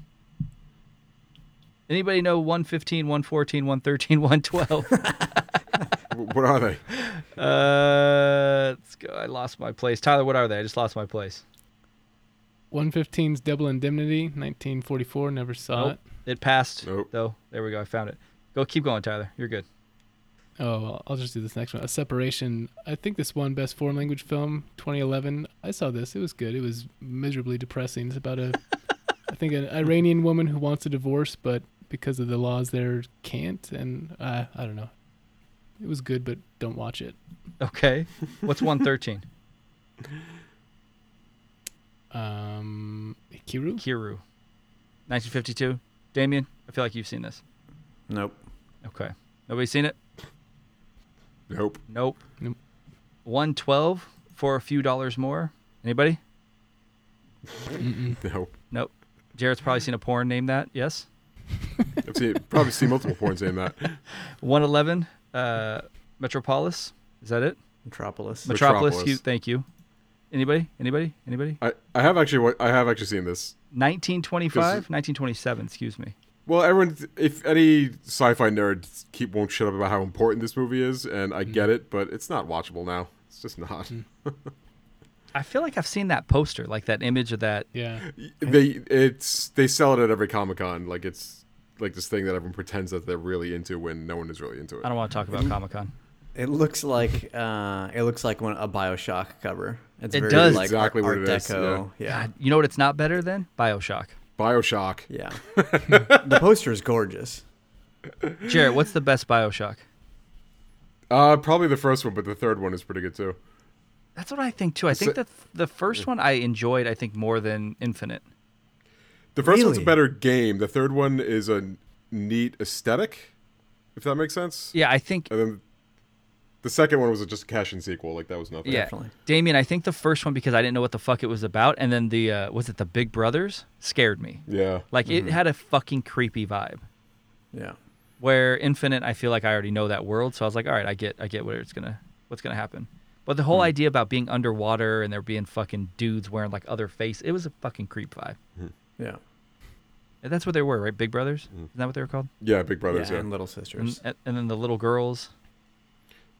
Speaker 1: Anybody know 115, 114, 113, 112?
Speaker 4: W- What are they?
Speaker 1: uh, let's go. I lost my place. Tyler, what are they? I just lost my place.
Speaker 3: 115's Double Indemnity, 1944. Never saw
Speaker 1: Nope. It passed,
Speaker 4: Nope.
Speaker 1: though. There we go. I found it. Go keep going, Tyler. You're good.
Speaker 3: it. Oh, well, I'll just do this next one. A Separation. I think this won Best Foreign Language Film, 2011. I saw this. It was good. It was miserably depressing. It's about a, I think, an Iranian woman who wants a divorce, but because of the laws there, can't. And uh, I don't know. It was good, but don't watch it.
Speaker 1: Okay. What's 113?
Speaker 3: Um, Kiru.
Speaker 1: Kiru. 1952. Damien, I feel like you've seen this.
Speaker 2: Nope.
Speaker 1: Okay. Nobody seen it?
Speaker 4: Nope.
Speaker 1: Nope.
Speaker 3: Nope.
Speaker 1: 112 for a few dollars more. Anybody?
Speaker 3: Mm-mm.
Speaker 4: Nope.
Speaker 1: Nope. Jared's probably seen a porn named that. Yes.
Speaker 4: I've seen probably seen multiple porn saying that.
Speaker 1: 111 uh Metropolis. Is that it?
Speaker 2: Metropolis.
Speaker 4: Met-
Speaker 1: Metropolis.
Speaker 4: Metropolis.
Speaker 1: You, thank you. Anybody? Anybody? Anybody?
Speaker 4: I, I have actually wa- I have actually seen this.
Speaker 1: 1925, 1927, excuse me.
Speaker 4: Well, everyone, if any sci-fi nerd keep won't shut up about how important this movie is, and I
Speaker 1: Mm-hmm.
Speaker 4: get it, but it's not watchable now. It's just not.
Speaker 1: I feel like I've seen that poster, like that image of that.
Speaker 3: Yeah.
Speaker 4: They it's they sell it at every Comic Con. Like it's like this thing that everyone pretends that they're really into when no one is really into it.
Speaker 1: I don't want to talk
Speaker 2: Mm-hmm.
Speaker 1: about Comic-Con.
Speaker 2: It looks like uh, it looks like one, a Bioshock cover. It's
Speaker 1: It
Speaker 2: very
Speaker 1: does.
Speaker 2: like
Speaker 4: Exactly what
Speaker 2: Art
Speaker 4: it is,
Speaker 2: Deco. Yeah,
Speaker 1: God, you know what it's not better than? BioShock.
Speaker 4: Bioshock.
Speaker 2: yeah. the poster is gorgeous.
Speaker 1: Jared, what's the best BioShock?
Speaker 4: Uh, probably the first one, but the third one is pretty good too.
Speaker 1: That's what I think too. I think
Speaker 4: So-
Speaker 1: that the first one I enjoyed, I think more than Infinite.
Speaker 4: The first one's a
Speaker 2: Really?
Speaker 4: better game. The third one is a neat aesthetic, if that makes sense.
Speaker 1: Yeah, I
Speaker 2: Oh,
Speaker 1: think.
Speaker 4: And then the second one was just a cash in sequel. Like that was nothing.
Speaker 1: Yeah,
Speaker 2: Definitely.
Speaker 1: Damien, I think the first one because I didn't know what the fuck it was about, and then the uh, was it the Big Brothers scared me.
Speaker 4: Yeah.
Speaker 1: Like it had a fucking creepy vibe.
Speaker 2: Yeah.
Speaker 1: Where Infinite, I feel like I already know that world, so I was like, all right, I get, I get what it's gonna, what's gonna happen. But the whole idea about being underwater and there being fucking dudes wearing like other face, it was a fucking creep vibe.
Speaker 2: Yeah.
Speaker 1: And that's what they were, right? Big Brothers, isn't that what they were called?
Speaker 4: Yeah. Big Brothers.
Speaker 2: yeah,
Speaker 4: Yeah.
Speaker 2: and Little
Speaker 1: And,
Speaker 2: Sisters.
Speaker 1: and then the little girls,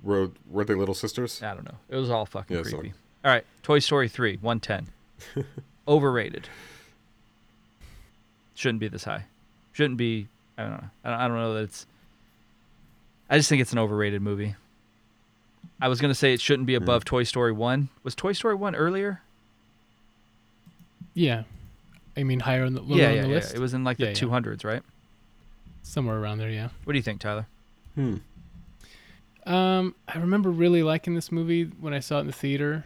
Speaker 4: Were were they little sisters?
Speaker 1: I don't know. It was all fucking
Speaker 4: Yeah, so-
Speaker 1: creepy. All right, Toy Story 3, 110. Overrated. Shouldn't be this high. Shouldn't be. I don't know. I don't, I don't know that it's. I just think it's an overrated movie. I was gonna say it shouldn't be above Toy Story 1. Was Toy Story 1 earlier?
Speaker 3: Yeah. I mean, higher on the lower
Speaker 1: yeah,
Speaker 3: on
Speaker 1: yeah,
Speaker 3: the
Speaker 1: yeah.
Speaker 3: list,
Speaker 1: It was in like
Speaker 3: Yeah,
Speaker 1: the
Speaker 3: yeah.
Speaker 1: 200s, right?
Speaker 3: somewhere around there. Yeah.
Speaker 1: What do you think, Tyler?
Speaker 4: Hmm.
Speaker 3: Um, I remember really liking this movie when I saw it in the theater.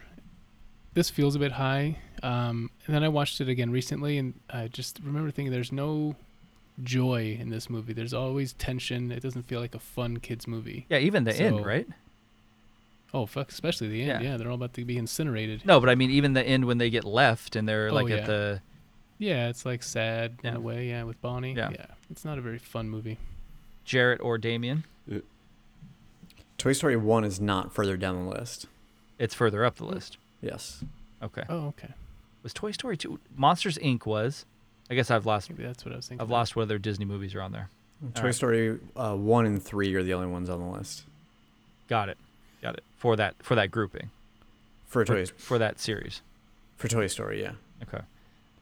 Speaker 3: This feels a bit high. Um, and then I watched it again recently, and I just remember thinking there's no joy in this movie. There's always tension. It doesn't feel like a fun kids movie.
Speaker 1: Yeah, even the
Speaker 3: So-
Speaker 1: end, right?
Speaker 3: Oh fuck, especially the end.
Speaker 1: Yeah.
Speaker 3: Yeah, they're all about to be incinerated.
Speaker 1: No, but I mean, even the end when they get left and they're
Speaker 3: Oh,
Speaker 1: like
Speaker 3: yeah.
Speaker 1: at the
Speaker 3: Yeah, it's like sad in
Speaker 1: Yeah.
Speaker 3: a way. Yeah, with Bonnie.
Speaker 1: Yeah.
Speaker 3: it's not a very fun movie.
Speaker 1: Jarrett or Damien,
Speaker 2: Toy Story 1 is not further down the list.
Speaker 1: it's further up the list.
Speaker 2: Yes.
Speaker 1: Okay.
Speaker 3: Oh, okay.
Speaker 1: Was Toy Story 2 Monsters Inc was I guess I've lost
Speaker 3: Maybe that's what I was thinking.
Speaker 1: I've lost whether Disney movies are on there.
Speaker 2: Toy
Speaker 1: right.
Speaker 2: Story uh, 1 and 3 are the only ones on the list
Speaker 1: Got it. Got it. For that for that grouping.
Speaker 2: for
Speaker 1: For,
Speaker 2: Toy
Speaker 1: for that series.
Speaker 2: for Toy Story, yeah.
Speaker 1: Okay.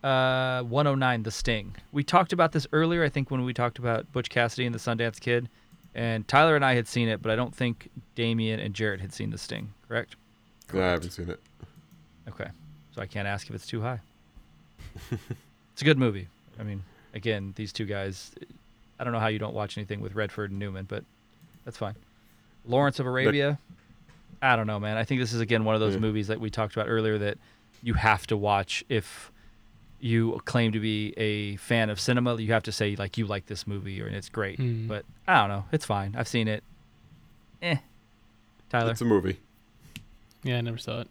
Speaker 1: Uh, 109, The Sting. We talked about this earlier, I think, when we talked about Butch Cassidy and the Sundance Kid. And Tyler and I had seen it, but I don't think Damien and Jarrett had seen The Sting, correct?
Speaker 4: No, I haven't seen it.
Speaker 1: Okay. So I can't ask if it's too high. it's a good movie. I mean, again, these two guys, I don't know how you don't watch anything with Redford and Newman, but that's fine. Lawrence of Arabia. I don't know, man. I think this is again one of those
Speaker 4: Yeah.
Speaker 1: movies that we talked about earlier that you have to watch if you claim to be a fan of cinema. You have to say like you like this movie or and it's great.
Speaker 3: Mm.
Speaker 1: But I don't know. It's fine. I've seen it. Eh. Tyler,
Speaker 4: It's a movie.
Speaker 3: Yeah, I never saw it.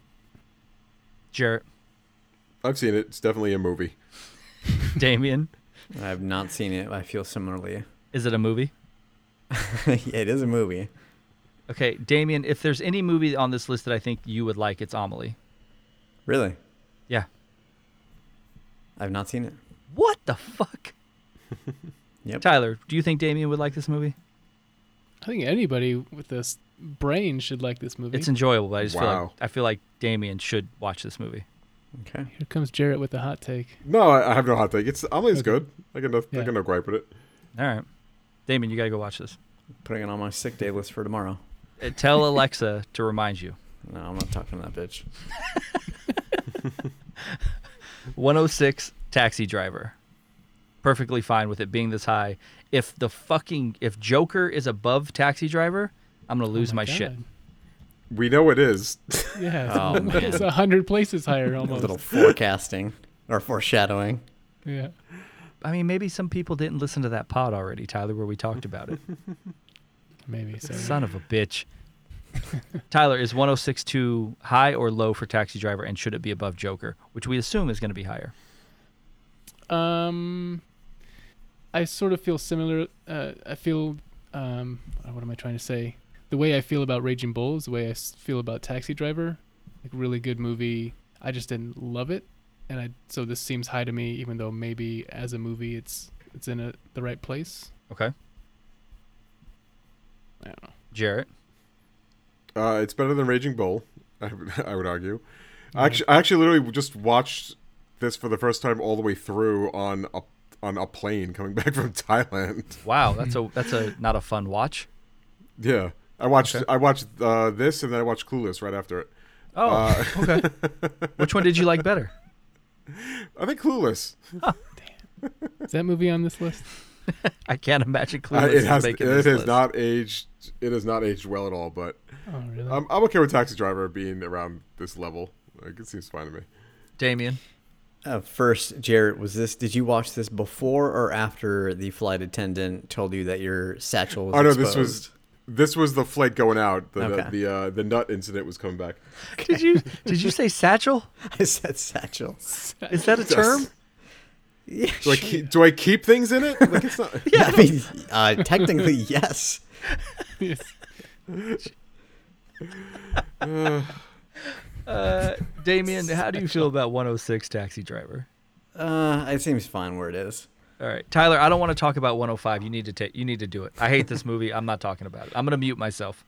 Speaker 1: Jarrett,
Speaker 4: I've seen it. It's definitely a movie.
Speaker 1: Damien.
Speaker 2: I have not seen it. I feel similarly.
Speaker 1: Is it a movie?
Speaker 2: it is a movie.
Speaker 1: Okay, Damien, if there's any movie on this list that I think you would like, it's Amelie.
Speaker 2: Really?
Speaker 1: Yeah.
Speaker 2: I've not seen it.
Speaker 1: What the fuck?
Speaker 2: Yep.
Speaker 1: Tyler, do you think Damien would like this movie?
Speaker 3: I think anybody with this brain should like this movie.
Speaker 1: It's enjoyable, but I just feel
Speaker 4: Wow.
Speaker 1: like I feel like Damien should watch this movie.
Speaker 2: Okay.
Speaker 3: Here comes Jarrett with the hot take.
Speaker 4: No, I, I have no hot take. It's Amelie's
Speaker 3: Okay.
Speaker 4: good. I got no, I
Speaker 3: Yeah.
Speaker 4: got no gripe with it.
Speaker 1: All right. Damien, you gotta go watch this.
Speaker 2: Putting it on my sick day list for tomorrow.
Speaker 1: Uh, Tell Alexa to remind you.
Speaker 2: No, I'm not talking to that bitch.
Speaker 1: 106 Taxi Driver. Perfectly fine with it being this high. If the fucking if Joker is above Taxi Driver, I'm gonna
Speaker 3: Oh
Speaker 1: lose
Speaker 3: my
Speaker 1: my shit.
Speaker 3: God.
Speaker 4: We know it is.
Speaker 3: Yeah, it's,
Speaker 2: Oh, man.
Speaker 3: it's a hundred places higher
Speaker 2: A
Speaker 3: almost.
Speaker 2: little forecasting or foreshadowing.
Speaker 3: Yeah,
Speaker 1: I mean, maybe some people didn't listen to that pod already, Tyler, where we talked about it.
Speaker 3: maybe. So.
Speaker 1: Son of a bitch. Tyler, is 1062 high or low for Taxi Driver, and should it be above Joker, which we assume is going to be higher?
Speaker 3: Um, I sort of feel similar. Uh, I feel. Um, uh, what am I trying to say? The way I feel about Raging Bull is the way I s- feel about Taxi Driver. Like really good movie. I just didn't love it, and I so this seems high to me, even though maybe as a movie it's it's in a, the right place.
Speaker 1: Okay.
Speaker 3: I don't know.
Speaker 1: Jarrett,
Speaker 4: Uh, it's better than Raging Bull, I, would- I would argue.
Speaker 3: Yeah.
Speaker 4: I actually, I actually literally just watched this for the first time all the way through on a, on a plane coming back from Thailand.
Speaker 1: wow, that's a that's a not a fun watch.
Speaker 4: Yeah, I watched
Speaker 1: Okay.
Speaker 4: I watched uh, this and then I watched Clueless right after it.
Speaker 1: Oh,
Speaker 4: Uh,
Speaker 1: okay. Which one did you like better?
Speaker 4: I think Clueless.
Speaker 3: Is that movie on this list?
Speaker 1: I can't imagine
Speaker 4: Uh,
Speaker 1: Clueless
Speaker 4: it
Speaker 1: is
Speaker 4: has it
Speaker 1: making
Speaker 4: has
Speaker 1: this list.
Speaker 4: not aged. It has not aged well at all. But
Speaker 3: Oh really?
Speaker 4: I'm, I'm okay with Taxi Driver being around this level. Like it seems fine to me.
Speaker 1: Damien,
Speaker 2: Uh, first, Jarrett, was this? Did you watch this before or after the flight attendant told you that your satchel was?
Speaker 4: Oh no,
Speaker 2: exposed?
Speaker 4: this was this was the flight going out. The
Speaker 2: Okay.
Speaker 4: the uh, the nut incident was coming back.
Speaker 1: did you did you say satchel?
Speaker 2: I said satchel.
Speaker 1: Is that a term?
Speaker 2: Yeah,
Speaker 4: Do I keep, do I keep things in it? Like it's not.
Speaker 2: I mean, uh, technically yes.
Speaker 3: Yes.
Speaker 1: Uh, Damien, how do you feel about 106 Taxi Driver?
Speaker 2: Uh, it seems fine where it is.
Speaker 1: All right, Tyler, I don't want to talk about 105. You need to take you need to do it. I hate this movie. I'm not talking about it. I'm going to mute myself.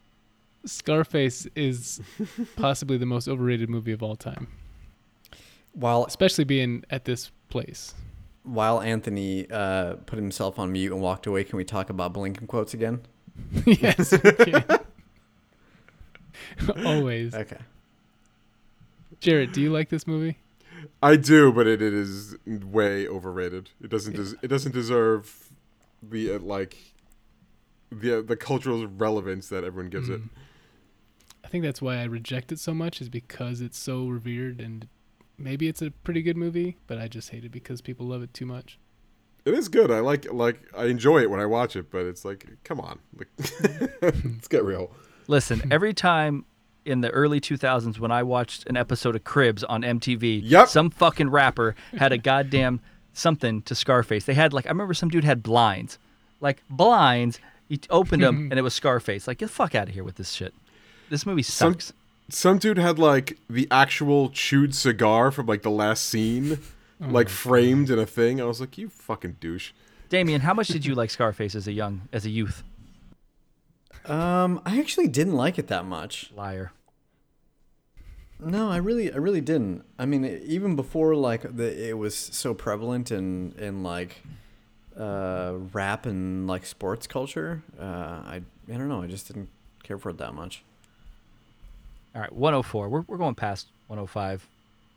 Speaker 3: Scarface is possibly the most overrated movie of all time,
Speaker 2: While
Speaker 3: especially being at this place.
Speaker 2: while Anthony uh, put himself on mute and walked away, can we talk about Blinken quotes again?
Speaker 3: yes. we can. Always.
Speaker 2: Okay.
Speaker 3: Jared, do you like this movie?
Speaker 4: I do, but it, it is way overrated. It doesn't des- it doesn't deserve the uh, like the the cultural relevance that everyone gives it.
Speaker 3: Mm. I think that's why I reject it so much is because it's so revered and maybe it's a pretty good movie, but I just hate it because people love it too much.
Speaker 4: It is good. I like like I enjoy it when I watch it, but it's like come on, like, let's get real.
Speaker 1: Listen, every time in the early 2000s when I watched an episode of Cribs on MTV,
Speaker 4: Yep.
Speaker 1: some fucking rapper had a goddamn something to Scarface. They had like I remember some dude had blinds, like blinds. He t- opened them and it was Scarface. Like get the fuck out of here with this shit. This movie
Speaker 4: Some-
Speaker 1: sucks.
Speaker 4: Some dude had like the actual chewed cigar from like the last scene, like framed in a thing. I was like, you fucking douche.
Speaker 1: Damien, how much did you like Scarface as a young as a youth?
Speaker 2: Um, I actually didn't like it that much.
Speaker 1: Liar.
Speaker 2: No, I really, I really didn't. I mean, e- even before like the, it was so prevalent in in like uh, rap and like sports culture. Uh, I I don't know. I just didn't care for it that much.
Speaker 1: All right, 104. We're we're going past 105.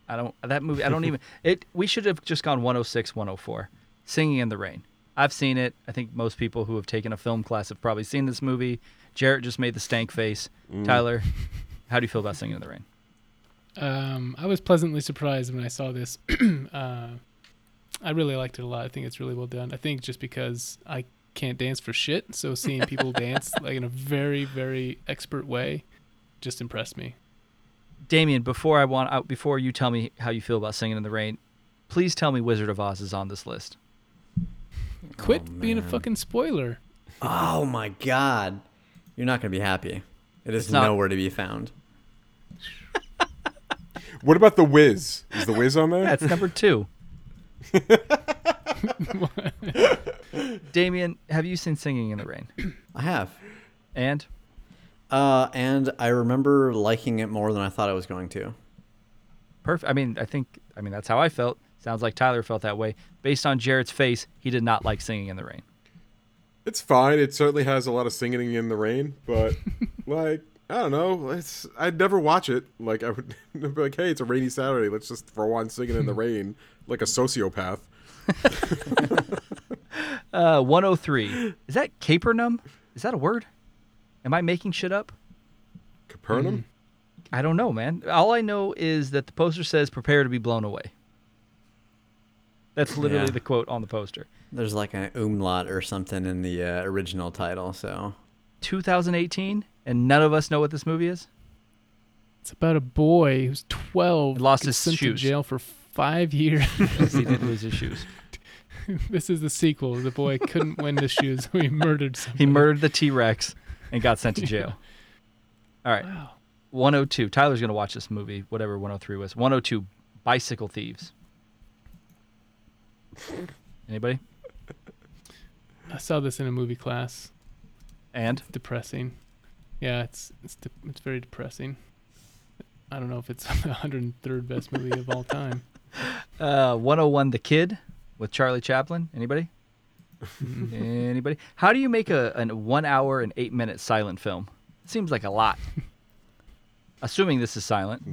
Speaker 1: I don't that movie. I don't even it. We should have just gone 106, 104. Singing in the Rain. I've seen it. I think most people who have taken a film class have probably seen this movie. Jarrett just made the stank face.
Speaker 4: Mm.
Speaker 1: Tyler, how do you feel about Singing in the Rain?
Speaker 3: Um, I was pleasantly surprised when I saw this. uh, I really liked it a lot. I think it's really well done. I think just because I can't dance for shit, so seeing people dance like in a very, very expert way just impressed me.
Speaker 1: Damien, before I want out, before you tell me how you feel about Singing in the Rain, please tell me Wizard of Oz is on this list.
Speaker 3: Quit being a
Speaker 2: man.
Speaker 3: fucking spoiler.
Speaker 2: Oh my god, you're not gonna be happy. It is
Speaker 1: It's not-
Speaker 2: nowhere to be found.
Speaker 4: What about the Wiz? Is the Wiz on there?
Speaker 1: That's number two. Damien, have you seen Singing in the Rain?
Speaker 2: I have,
Speaker 1: And
Speaker 2: uh, and I remember liking it more than I thought I was going to.
Speaker 1: Perfect. I mean, I think. I mean, that's how I felt. Sounds like Tyler felt that way. Based on Jared's face, he did not like singing in the rain.
Speaker 4: It's fine. It certainly has a lot of singing in the rain, but like I don't know. It's I'd never watch it. Like I would be like, hey, it's a rainy Saturday. Let's just throw on singing in the rain like a sociopath.
Speaker 1: Uh, 103. Is that Capernum? Is that a word? Am I making shit up?
Speaker 4: Capernaum.
Speaker 1: I don't know, man. All I know is that the poster says "Prepare to be blown away." That's literally
Speaker 2: Yeah.
Speaker 1: the quote on the poster.
Speaker 2: There's like an umlaut or something in the uh, original title, so
Speaker 1: 2018, and none of us know what this movie is.
Speaker 3: It's about a boy who's 12,
Speaker 1: Lost his
Speaker 3: gets sent
Speaker 1: shoes.
Speaker 3: to jail for five years.
Speaker 1: Because he didn't lose his shoes.
Speaker 3: this is the sequel. The boy couldn't win the shoes, so he murdered
Speaker 1: He
Speaker 3: somebody.
Speaker 1: murdered the T Rex and got sent to jail. All right.
Speaker 3: Wow.
Speaker 1: 102. Tyler's going to watch this movie, whatever 103 was. 102 Bicycle Thieves. Anybody?
Speaker 3: I saw this in a movie class.
Speaker 1: And
Speaker 3: depressing. Yeah, it's it's de- it's very depressing. I don't know if it's the 103rd best movie of all time.
Speaker 1: uh, 101 The Kid with Charlie Chaplin. Anybody? Anybody? How do you make a an 1 hour and 8 minute silent film? Seems like a lot. Assuming this is silent.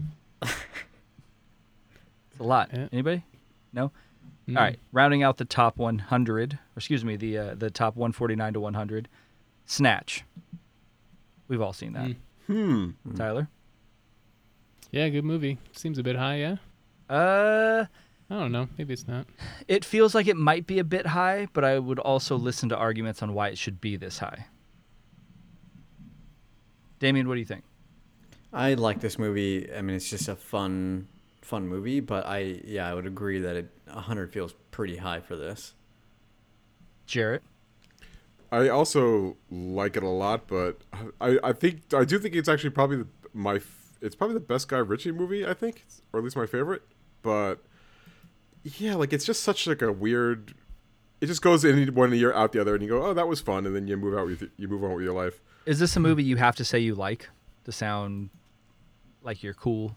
Speaker 1: it's a lot.
Speaker 3: Yeah.
Speaker 1: Anybody? No.
Speaker 3: Hmm.
Speaker 1: All right, rounding out the top 100, or excuse me, the uh, the top 149 to 100, Snatch. We've all seen that.
Speaker 4: Hmm.
Speaker 2: Mm.
Speaker 1: Tyler,
Speaker 3: Yeah, good movie. Seems a bit high, yeah.
Speaker 1: uh,
Speaker 3: I don't know. Maybe it's not.
Speaker 1: it feels like it might be a bit high, but I would also listen to arguments on why it should be this high. Damien, what do you think?
Speaker 2: I like this movie. I mean, it's just a fun, fun movie. But I, yeah, I would agree that it 100 feels pretty high for this.
Speaker 1: Jarrett,
Speaker 4: I also like it a lot, but I, I think I do think it's actually probably the, my f- it's probably the best Guy Ritchie movie I think, or at least my favorite. But yeah, like it's just such like a weird. It just goes in one year out the other, and you go, oh, that was fun, and then you move out with you move on with your life.
Speaker 1: is this a movie you have to say you like to sound like you're cool?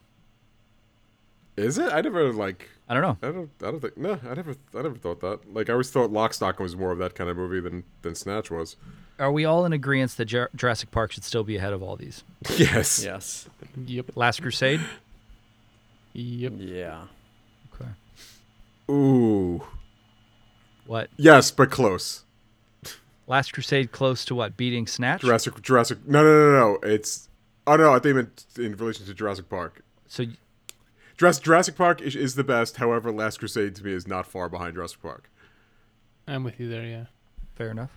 Speaker 4: Is it? I never like.
Speaker 1: I don't know.
Speaker 4: I don't. I don't think. No, I never. I never thought that. Like I always thought Lock, Stock was more of that kind of movie than than Snatch was.
Speaker 1: Are we all in agreement that Jur- Jurassic Park should still be ahead of all these?
Speaker 4: Yes.
Speaker 2: Yes.
Speaker 3: Yep.
Speaker 1: Last Crusade.
Speaker 3: Yep.
Speaker 2: Yeah.
Speaker 1: Okay.
Speaker 4: Ooh.
Speaker 1: What?
Speaker 4: Yes, but close.
Speaker 1: Last Crusade close to what? Beating Snatch?
Speaker 4: Jurassic Jurassic no no no no it's oh no I think it meant in relation to Jurassic Park.
Speaker 1: So y-
Speaker 4: Jurassic, Jurassic Park is, is the best. However, Last Crusade to me is not far behind Jurassic Park.
Speaker 3: I'm with you there, yeah.
Speaker 1: fair enough.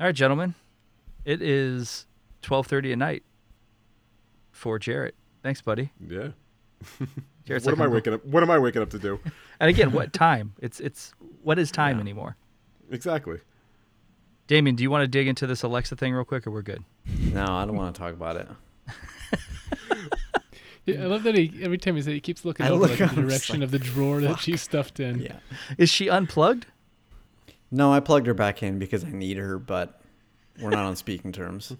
Speaker 1: All right, gentlemen. It is 12:30 at night for Jarrett. Thanks, buddy.
Speaker 4: Yeah.
Speaker 1: Jarrett's like,
Speaker 4: what am I
Speaker 1: "I'm-
Speaker 4: waking up? What am I waking up to do?
Speaker 1: And again, what time? It's it's what is time anymore?
Speaker 4: exactly.
Speaker 1: Damien, do you want to dig into this Alexa thing real quick, or we're good?
Speaker 2: No, I don't want to talk about it.
Speaker 3: Yeah, I love that he every time he says it, he keeps looking
Speaker 2: I
Speaker 3: over
Speaker 2: look
Speaker 3: like, the
Speaker 2: up, I'm just
Speaker 3: direction of the drawer that she's stuffed in.
Speaker 2: Yeah.
Speaker 1: Is she unplugged?
Speaker 2: No, I plugged her back in because I need her, but we're not on speaking terms.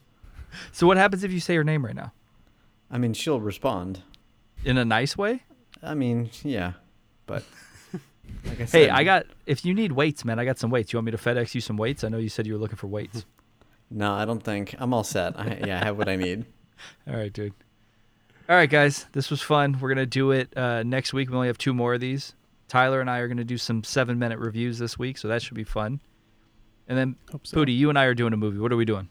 Speaker 1: So what happens if you say her name right now
Speaker 2: I mean, she'll respond.
Speaker 1: in a nice way?
Speaker 2: I mean, yeah, but like I said,
Speaker 1: Hey, I got. If you need weights, man, I got some weights. You want me to FedEx you some weights? I know you said you were looking for weights.
Speaker 2: No, I don't think I'm all set. I, yeah, I have what I need.
Speaker 1: All right, dude. All right, guys. This was fun. We're gonna do it uh, next week. We only have two more of these. Tyler and I are gonna do some seven-minute reviews this week, so that should be fun. And then,
Speaker 3: Hope so.
Speaker 1: Pooty, you and I are doing a movie. What are we doing?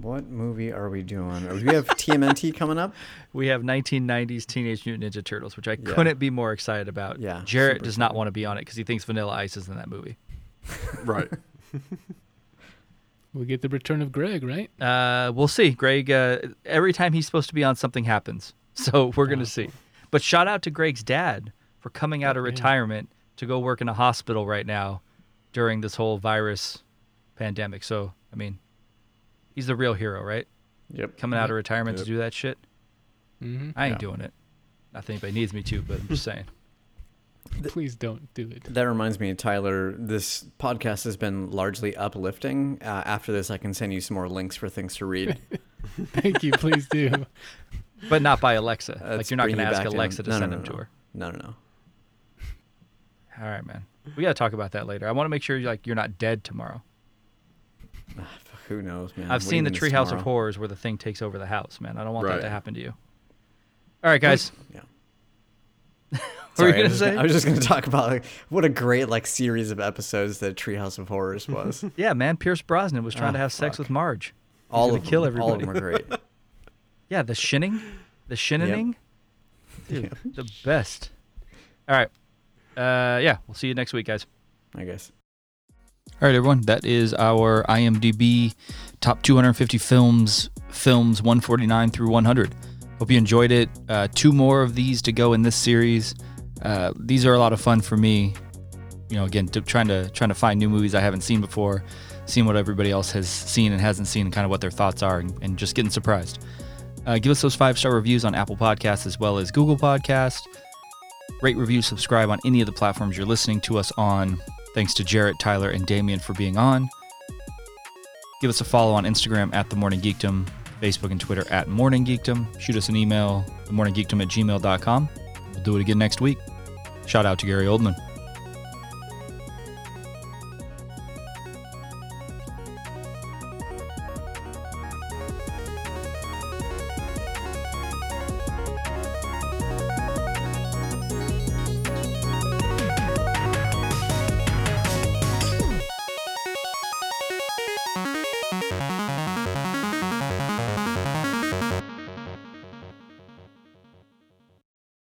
Speaker 2: What movie are we doing? Do we have TMNT coming up?
Speaker 1: We have 1990s Teenage Mutant Ninja Turtles, which I
Speaker 2: Yeah.
Speaker 1: couldn't be more excited about.
Speaker 2: Yeah,
Speaker 1: Jarrett
Speaker 2: super
Speaker 1: does not want to be on it because he thinks Vanilla Ice is in that movie.
Speaker 4: Right.
Speaker 3: We get the return of Greg, right?
Speaker 1: Uh, we'll see. Greg, uh, every time he's supposed to be on, something happens. So we're
Speaker 2: Oh.
Speaker 1: going to see. But shout out to Greg's dad for coming out of
Speaker 3: Yeah.
Speaker 1: retirement to go work in a hospital right now during this whole virus pandemic. So, I mean, he's the real hero, right?
Speaker 2: Yep.
Speaker 1: Coming out of retirement
Speaker 4: Yep.
Speaker 1: to do that shit.
Speaker 3: Mm-hmm.
Speaker 1: I ain't
Speaker 2: Yeah.
Speaker 1: doing it. Not that anybody needs me to, but I'm just saying.
Speaker 3: Please don't do it.
Speaker 2: That reminds me, Tyler. This podcast has been largely uplifting. Uh, after this, I can send you some more links for things to read.
Speaker 3: Thank you. Please do.
Speaker 1: But not by Alexa. like,
Speaker 2: Let's
Speaker 1: you're not
Speaker 2: bring
Speaker 1: going to
Speaker 2: you
Speaker 1: ask
Speaker 2: back in.
Speaker 1: Alexa to
Speaker 2: No, no,
Speaker 1: send
Speaker 2: no,
Speaker 1: them to
Speaker 2: no.
Speaker 1: her.
Speaker 2: No, no, no.
Speaker 1: All right, man. We got to talk about that later. I want to make sure like you're not dead tomorrow.
Speaker 2: Ah, Who knows, man?
Speaker 1: I've
Speaker 2: What
Speaker 1: seen the
Speaker 2: even is
Speaker 1: Treehouse of
Speaker 2: tomorrow?
Speaker 1: Horrors where the thing takes over the house, man. I don't want that
Speaker 4: Right.
Speaker 1: to happen to you. All right, guys.
Speaker 2: Yeah.
Speaker 1: What were
Speaker 2: Sorry,
Speaker 1: you
Speaker 2: I
Speaker 1: gonna
Speaker 2: was just
Speaker 1: say?
Speaker 2: I was just gonna talk about like, what a great like series of episodes that Treehouse of Horrors was.
Speaker 1: Yeah, man. Pierce Brosnan was trying to
Speaker 2: Ah,
Speaker 1: have sex with
Speaker 2: fuck.
Speaker 1: Marge.
Speaker 2: all
Speaker 1: gonna
Speaker 2: of
Speaker 1: kill
Speaker 2: them, all of them
Speaker 1: everybody.
Speaker 2: were great.
Speaker 1: Yeah, the shinning, the shinning, Dude, the best. All right. Uh, yeah, we'll see you next week, guys.
Speaker 2: I guess.
Speaker 1: All right, everyone. That is our IMDb top 250 films, films 149 through 100. Hope you enjoyed it. Uh, two more of these to go in this series. Uh, these are a lot of fun for me. You know, again, to, trying to trying to find new movies I haven't seen before, seeing what everybody else has seen and hasn't seen, and kind of what their thoughts are, and, and just getting surprised. Uh, give us those five star reviews on Apple Podcasts as well as Google Podcasts. Rate, review, subscribe on any of the platforms you're listening to us on. Thanks to Jarrett, Tyler, and Damien for being on. Give us a follow on Instagram at The Morning Geekdom, Facebook and Twitter at Morning Geekdom. Shoot us an email, themorninggeekdom at gmail.com. We'll do it again next week. Shout out to Gary Oldman.